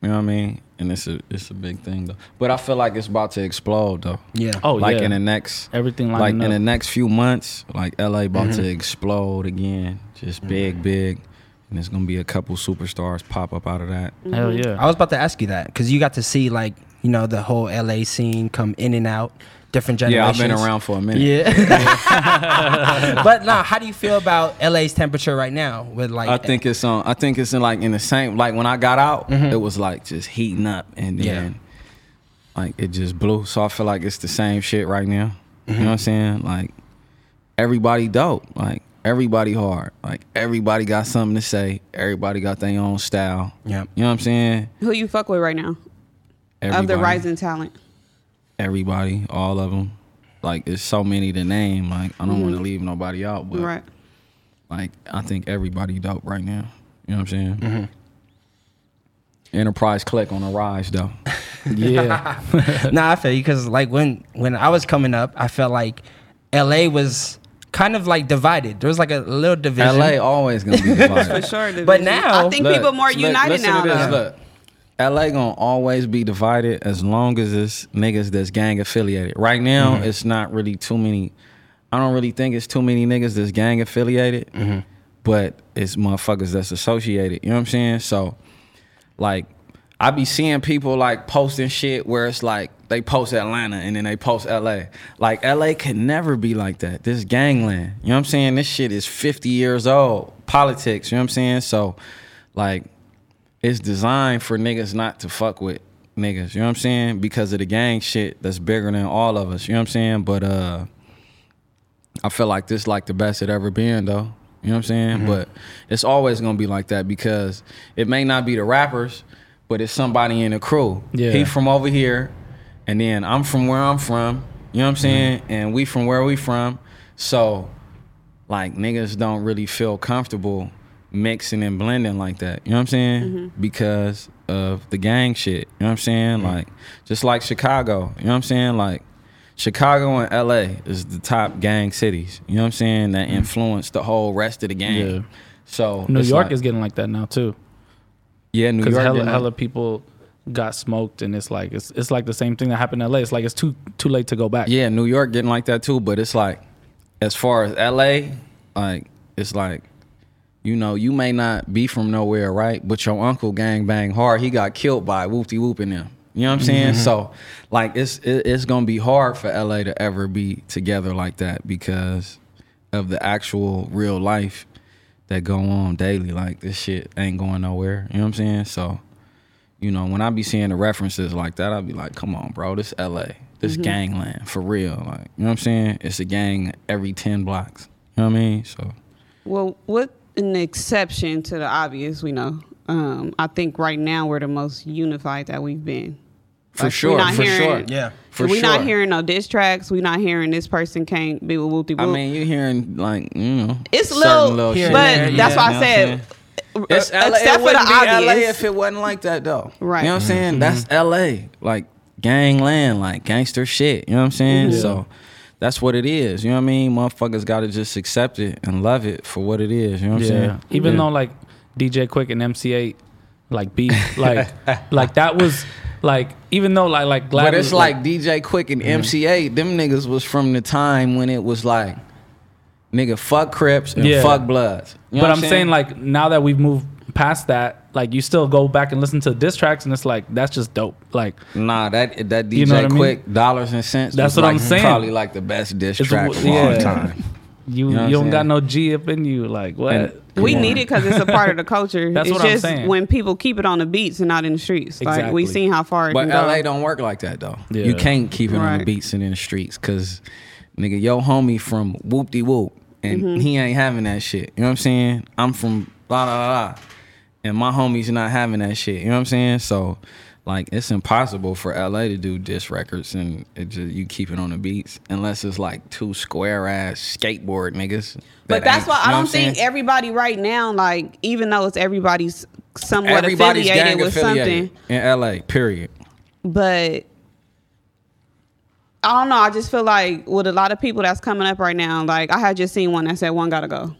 D: You know what I mean? And it's a it's a big thing though. But I feel like it's about to explode though.
A: Yeah.
B: Oh
D: like
B: yeah.
D: in the next
B: Everything
D: like
B: lining
D: in the
B: up.
D: next few months, like LA about to explode again. Just big, big. And there's gonna be a couple superstars pop up out of that.
B: Hell yeah.
A: I was about to ask you that because you got to see like you know the whole LA scene come in and out, different
D: Yeah,
A: generations.
D: I've been around for a minute.
A: Yeah. but now, how do you feel about LA's temperature right now? With like,
D: I think it's on. I think it's in like in the same. Like when I got out, it was like just heating up, and
A: Yeah.
D: then like it just blew. So I feel like it's the same shit right now. You know what I'm saying? Like everybody dope. Like everybody hard. Like everybody got something to say. Everybody got their own style.
A: Yep.
D: You know what I'm saying?
C: who you fuck with right now
D: Everybody,
C: of the rising talent?
D: Everybody, all of them. Like it's so many to name. Like I don't want to leave nobody out, but
C: Mm-hmm. Right.
D: like I think everybody dope right now. You know what I'm saying? Enterprise click on the rise though.
B: yeah.
A: nah, I feel you because like when when I was coming up, I felt like LA was kind of like divided. There was like a little division.
D: LA always gonna be
C: For
D: divided.
C: sure.
A: But
C: division.
A: now-
C: I think
D: Look,
C: people more
D: look,
C: united
D: listen
C: now.
D: to this,
C: Though.
D: Look, LA gonna always be divided as long as it's niggas that's gang affiliated. Right now, it's not really too many. I don't really think it's too many niggas that's gang affiliated, but it's motherfuckers that's associated. You know what I'm saying? So, like, I be seeing people like posting shit where it's like they post Atlanta and then they post LA. Like LA could never be like that. This gangland. You know what I'm saying? This shit is 50 years old. Politics, you know what I'm saying? So like it's designed for niggas not to fuck with niggas, you know what I'm saying? Because of the gang shit that's bigger than all of us, you know what I'm saying? But uh I feel like this like the best it ever been though. You know what I'm saying? But it's always gonna be like that because it may not be the rappers, but it's somebody in the crew.
B: Yeah.
D: He from over here, and then I'm from where I'm from. You know what I'm saying? And we from where we from. So like niggas don't really feel comfortable mixing and blending like that. You know what I'm saying? Because of the gang shit. You know what I'm saying? Like just like Chicago. You know what I'm saying? Like Chicago and LA is the top gang cities. You know what I'm saying? That influenced the whole rest of the game.
B: Yeah.
D: So
B: New
D: it's
B: York
D: like-
B: is getting like that now too.
D: yeah New York
B: Because hella,
D: didn't-
B: hella people got smoked, and it's like it's it's like the same thing that happened in LA. It's like it's too too late to go back.
D: Yeah, New York getting like that too, but it's like as far as LA, like it's like you know, you may not be from nowhere, right? But your uncle gang bang hard. He got killed by whoopty whooping them. You know what I'm saying? So, like, it's it, it's gonna be hard for LA to ever be together like that because of the actual real life that go on daily. Like, this shit ain't going nowhere. You know what I'm saying? So, you know, when I be seeing the references like that, I be like, come on, bro, this LA, this
C: Mm-hmm.
D: gangland for real. Like, you know what I'm saying? It's a gang every 10 blocks. You know what I mean? So,
C: Well, what an exception to the obvious, we know. Um, I think right now we're the most unified that we've been.
D: for
C: Like, we
D: sure,
C: not
D: for sure.
C: hearing-
A: Yeah.
D: for
C: we're not
D: sure.
C: hearing no diss tracks. We're not hearing this person can't be with Whoopty Whoop.
D: I mean, you're hearing like, you know,
C: it's
D: certain
C: little,
D: shit.
C: but
A: there,
C: that's
A: yeah.
C: why
D: You
C: I
D: know what I'm
C: said, uh,
D: saying? It's LA.
C: except
D: it
C: for the
D: wouldn't be Mm-hmm. LA
C: obvious.
D: if it wasn't like that though.
C: Right.
D: You know what I'm saying? That's LA. Like gangland, like gangster shit. You know what I'm saying? So that's what it is. You know what I mean? Motherfuckers gotta just accept it and love it for what it is. You know what I'm saying?
B: Even
D: Yeah.
B: though like DJ Quick and MC8 like beat like like that was like even though like like glad
D: But it's like DJ Quick and MCA, them niggas was from the time when it was like nigga fuck Crips and
B: Yeah.
D: fuck Bloods. You know
B: but
D: what
B: I'm saying? like now that we've moved past that like you still go back and listen to diss tracks and it's like that's just dope like
D: Nah, that that DJ
B: You know what I mean?
D: Quick dollars and cents.
B: That's
D: was
B: what I'm
D: like
B: saying.
D: Probably like the best diss
B: It's a-
D: track of all
B: yeah.
D: time.
B: you
D: know what
B: you
D: I'm
B: don't got
D: saying?
B: no G up in you like what
D: And-
C: we need it because it's a part of the culture.
B: That's
C: it's
B: what I'm
C: just
B: saying.
C: when people keep it on the beats and not in the streets. Like
B: Exactly.
C: we seen how far it
D: But
C: can go.
D: LA don't work like that though.
B: Yeah.
D: You can't keep it on the
C: Right.
D: beats and in the streets because nigga, yo homie from whoop de whoop and
C: Mm-hmm.
D: he ain't having that shit. You know what I'm saying? I'm from blah blah blah. And my homies not having that shit. You know what I'm saying? So like it's impossible for LA to do diss records and it just you keep it on the beats unless it's like two square ass skateboard niggas.
C: But
D: that
C: that's
D: ain't-
C: why
D: you
C: I
D: know what
C: don't
D: I'm saying?
C: think everybody right now, like, even though it's everybody's somewhat
D: everybody's
C: affiliated
D: gang
C: with
D: affiliated
C: something,
D: in LA. Period.
C: but I don't know. I just feel like with a lot of people that's coming up right now, like, I had just seen one that said one gotta go.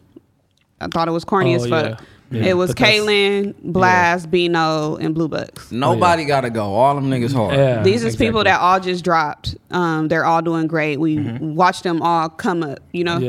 C: I thought it was corny
B: Oh,
C: as fuck.
B: yeah. Yeah.
C: It was
B: But that's-
C: Kaylin, Blast, Beano, and Blue Bucks.
D: Nobody gotta go. All them niggas hard.
B: Oh, yeah
C: These is people
B: exactly.
C: that all just dropped. Um, they're all doing great. We watched them all come up, you know?
B: Mm-hmm.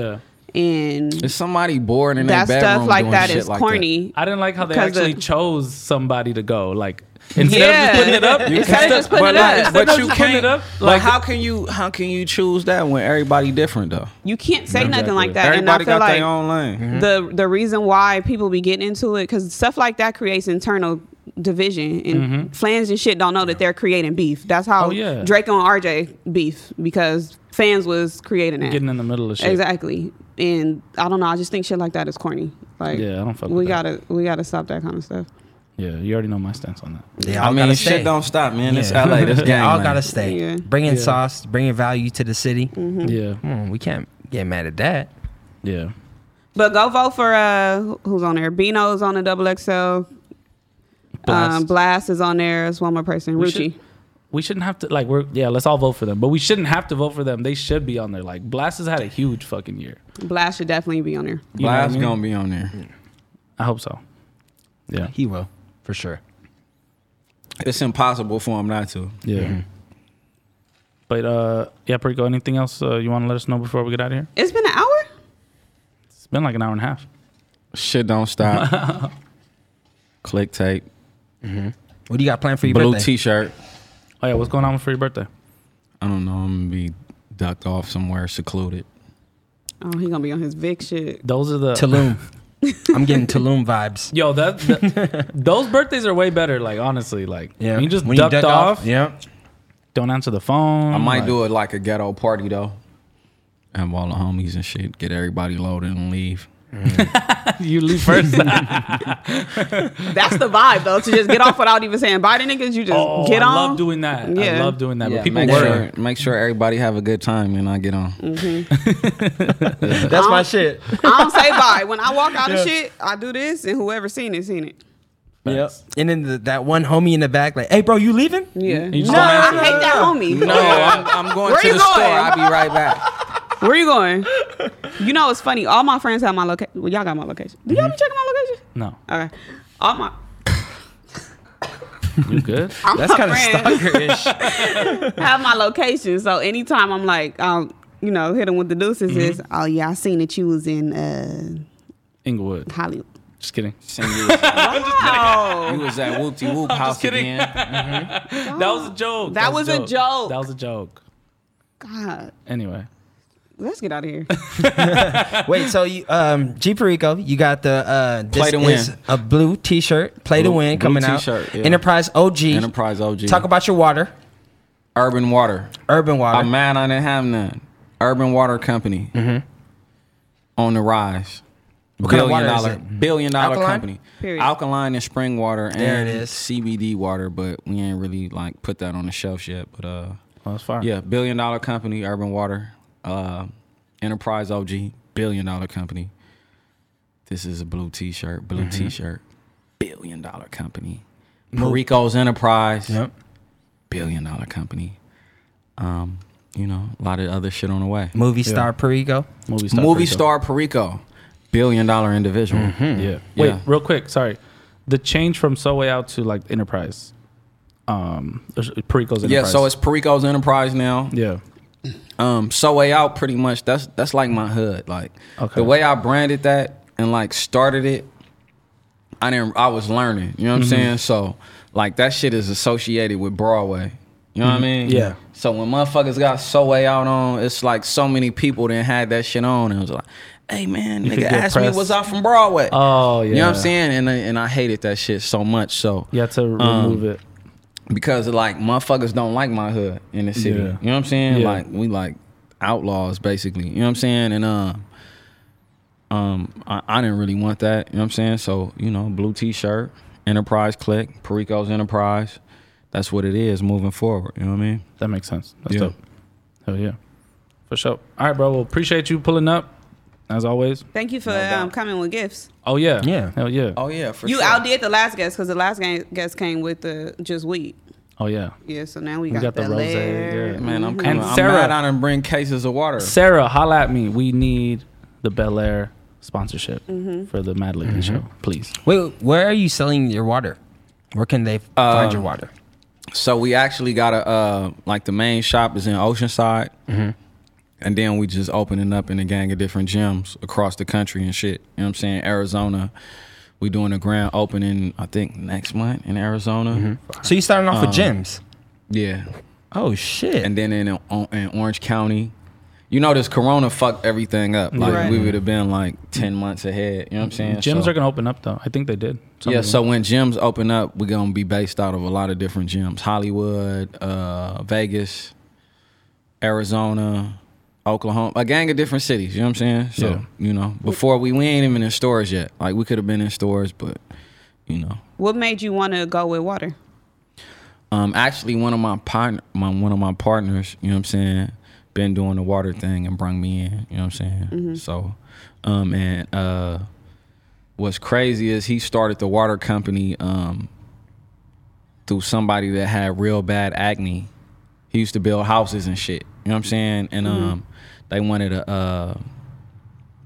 B: Yeah.
C: And
D: It's somebody bored in their
C: that
D: bedroom
C: stuff like
D: doing
C: that
D: shit
C: is
D: like
C: corny.
B: I didn't like how they
C: 'Cause the-
B: actually chose somebody to go like instead
C: Yeah.
B: of just putting it up
C: You Instead of just putting
D: But,
C: it
D: like,
C: up.
D: but
B: Instead of
D: you
B: just putting
D: can't.
B: it up,
D: like,
B: like-
D: how can you how can you choose that when everybody different though?
C: You can't say nothing like that.
D: Everybody
C: and I feel
D: got
C: like
D: their own lane.
B: Mm-hmm.
C: the the reason why people be getting into it because stuff like that creates internal division and fans and shit don't know that they're creating beef. That's how
B: Mm-hmm. Oh, yeah.
C: Draco and RJ beef because fans was creating that.
B: getting in the middle of shit
C: exactly. And I don't know. I just think shit like that is corny. Like
B: Yeah, I don't fuck
C: We
B: with that.
C: gotta we gotta stop that kind of stuff.
B: yeah you already know my stance on that
A: They
D: I
A: all
D: mean,
A: gotta
D: shit
A: stay.
D: don't stop, man. It's
A: Yeah.
D: LA. This
A: They
D: gang.
A: all
D: lane.
A: gotta stay.
C: Yeah.
A: Bringing
B: Yeah.
A: sauce, bringing value to the city.
B: yeah
A: Hmm, we can't get mad at that.
B: yeah
C: But go vote for uh who's on there. Bino's on the double XL. Blast. Um,
B: Blast.
C: Blast is on there. It's one more person.
B: We
C: Ruchi.
B: should- we shouldn't have to like we're yeah let's all vote for them but we shouldn't have to vote for them they should be on there like blast has had a huge fucking year
C: Blast should definitely be on there.
B: You know what I
D: Blast
B: mean?
D: gonna be on there.
B: i hope so yeah
A: He will, for sure.
D: It's impossible for him not to.
B: yeah but uh yeah perico anything else uh, you want to let us know before we get out of here
C: It's been an hour?
B: it's been like an hour and a half
D: Shit don't stop. Click tape.
A: What do you got planned for your
D: Blue
A: birthday?
D: T-shirt.
B: oh yeah what's going on for your birthday
D: I don't know. I'm gonna be ducked off somewhere secluded.
C: Oh, he gonna be on his Vic shit.
B: those are the
A: Tulum. I'm getting Tulum vibes.
B: yo that, that- those birthdays are way better like honestly like
A: Yeah.
B: when you just
A: When
B: ducked
A: duck
B: off,
A: Yeah.
B: don't answer the phone
D: I might
B: like,
D: do it like a ghetto party though. Have all the homies and shit. Get everybody loaded and leave.
B: you leave first
C: That's the vibe though, to just get off without even saying bye to niggas. You just
B: oh,
C: get
B: i
C: on.
B: love doing that i
C: Yeah.
B: love doing that
D: Yeah,
B: but people
D: make
B: worry
D: sure make sure everybody have a good time and I get on.
A: That's my shit.
C: I don't say bye. When I walk out of shit, I do this and whoever seen it, seen it.
A: Yep. And then the, that one homie in the back, like, hey, bro, you leaving?
C: Yeah.
B: you just
C: no,
B: don't
C: I
B: answer.
C: hate that homie.
D: No, I'm, I'm going
C: Where
D: to
C: you
D: the
C: going?
D: store. I'll be right back.
C: Where you going? You know it's funny. All my friends have my location. Well, y'all
B: Mm-hmm.
C: got my location. Do y'all be checking my location?
B: no
C: Okay. All my
B: You good?
C: I'm
A: That's
C: her
A: kind of
C: friend.
A: stalkerish.
C: have my location. So anytime I'm like, um, you know, hit him with the deuces
B: Mm-hmm.
C: is, oh yeah, I seen that you was in uh,
B: Inglewood.
C: Hollywood.
B: Just kidding.
D: Saying you was, you
C: Wow.
D: was at Whoop De Whoop House
B: kidding.
D: again.
B: That was a joke.
C: That was a joke.
B: That was a joke.
C: God,
B: Anyway,
C: let's get out of here.
A: Wait, so you, um, G Perico, you got the uh, this
D: Play to win.
A: is a blue T-shirt, play to
D: Blue-
A: win
D: blue
A: coming out.
D: t-shirt, yeah.
A: Enterprise OG.
D: Enterprise OG.
A: Talk about your water,
D: Urban Water.
A: Urban Water.
D: I'm mad I didn't have none. Urban Water Company on the rise.
A: kind of
D: billion
A: water is
D: dollar-
A: it?
D: billion dollar
A: Alkaline?
D: company.
C: Period.
D: Alkaline and spring water
A: There
D: and
A: it is.
D: CBD water, but we ain't really like put that on the shelves yet. But uh,
B: well, that's fire.
D: yeah, billion dollar company, Urban Water, uh, Enterprise OG, billion dollar company. This is a blue T-shirt, blue T-shirt, billion dollar company. Perico's Enterprise,
A: Yep.
D: billion dollar company. Um, you know, a lot of other shit on the way.
A: Movie star Perico.
B: Movie star.
D: Movie
B: Freako.
D: star Perico, billion dollar individual.
B: Yeah. Wait,
D: Yeah.
B: real quick. Sorry. The change from Subway out to like Enterprise. Um, Perico's Enterprise.
D: Yeah, so it's Perico's Enterprise now.
B: yeah.
D: um so way out pretty much that's that's like my hood like
B: Okay.
D: the way i branded that and like started it i didn't i was learning you
B: Mm-hmm.
D: know what i'm saying so like that shit is associated with broadway you know
B: Mm-hmm.
D: what i mean
A: Yeah.
D: so when motherfuckers got so way out on it's like so many people then had that shit on and it was like hey man
B: could
D: nigga
B: get
D: asked me
B: pressed.
D: was i from broadway
B: Oh yeah.
D: you know what i'm saying and I, and i hated that shit so much so
B: You have to
D: um,
B: remove it.
D: because like motherfuckers don't like my hood in the city.
B: Yeah.
D: You know what I'm saying?
B: Yeah.
D: Like we like outlaws basically. You know what I'm saying? And uh, um, I, I didn't really want that. You know what I'm saying? So you know, blue T-shirt, Enterprise click, Perico's Enterprise. That's what it is moving forward. You know what I mean?
B: That makes sense. That's
D: Yeah.
B: dope. Hell yeah. For sure. All right, bro. Well, appreciate you pulling up, as always.
C: Thank you for um, coming with gifts.
B: Oh yeah.
A: Yeah.
B: Hell yeah. Oh,
D: yeah, for
C: you outdid the last guest because the last ga- guest came with the just weed.
B: Oh, yeah.
C: Yeah, so now we
B: We got
C: got,
B: the
C: that
B: rosé,
C: layer.
B: yeah.
D: Man, I'm coming.
B: And
D: I'm
B: Sarah.
D: mad I done bring cases of water.
B: Sarah, holla at me. We need the Bel Air sponsorship for the Mad
D: Mm-hmm.
B: Lady show, please.
A: Wait, where are you selling your water? Where can they
D: Um,
A: find your water?
D: So we actually got a uh, like the main shop is in Oceanside,
B: Mm-hmm.
D: and then we just opening up in a gang of different gyms across the country and shit. You know what I'm saying? Arizona, we doing a grand opening I think next month in Arizona.
B: Mm-hmm.
A: So you starting off with gyms.
D: Yeah,
A: Oh shit.
D: um, and then in in Orange County, you know this Corona fucked everything up. Like
C: Right.
D: we would have been like ten months ahead. You know what I'm saying?
B: Gyms
D: So-
B: are gonna open up though. I think they did. Some
D: yeah,
B: of them.
D: so when gyms open up, we're gonna be based out of a lot of different gyms: Hollywood, uh, Vegas, Arizona, Oklahoma, a gang of different cities. You know what I'm saying? So
B: Yeah.
D: you know, before we we ain't even in stores yet. Like we could have been in stores, but you know,
C: What made you want to go with water?
D: um, actually one of my partner, my one of my partners, you know what I'm saying, been doing the water thing and brung me in, you know what I'm saying. So, um, and uh, what's crazy is he started the water company um through somebody that had real bad acne. He used to build houses and shit, you know what I'm saying, and um, they wanted a. Uh,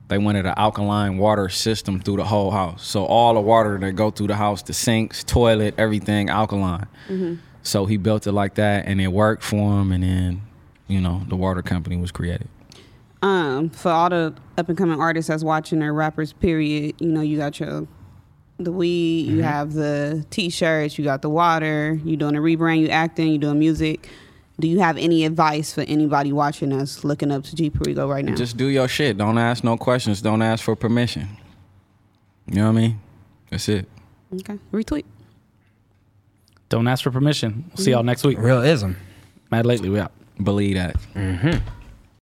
D: they wanted an alkaline water system through the whole house. So all the water that go through the house, the sinks, toilet, everything alkaline. So he built it like that, and it worked for him. And then, you know, the water company was created.
C: um, for all the up and coming artists that's watching or rappers, period, you know, you got your the weed, you have the t shirts, you got the water, you doing a rebrand, you acting, you doing music. Do you have any advice for anybody watching us looking up to G Perigo right now?
D: Just do your shit. Don't ask no questions. Don't ask for permission. You know what I mean? That's it.
C: okay. Retweet.
B: Mm-hmm. don't ask for permission. We'll see y'all next week.
A: Realism.
B: Mad Lately, we out.
D: Believe that.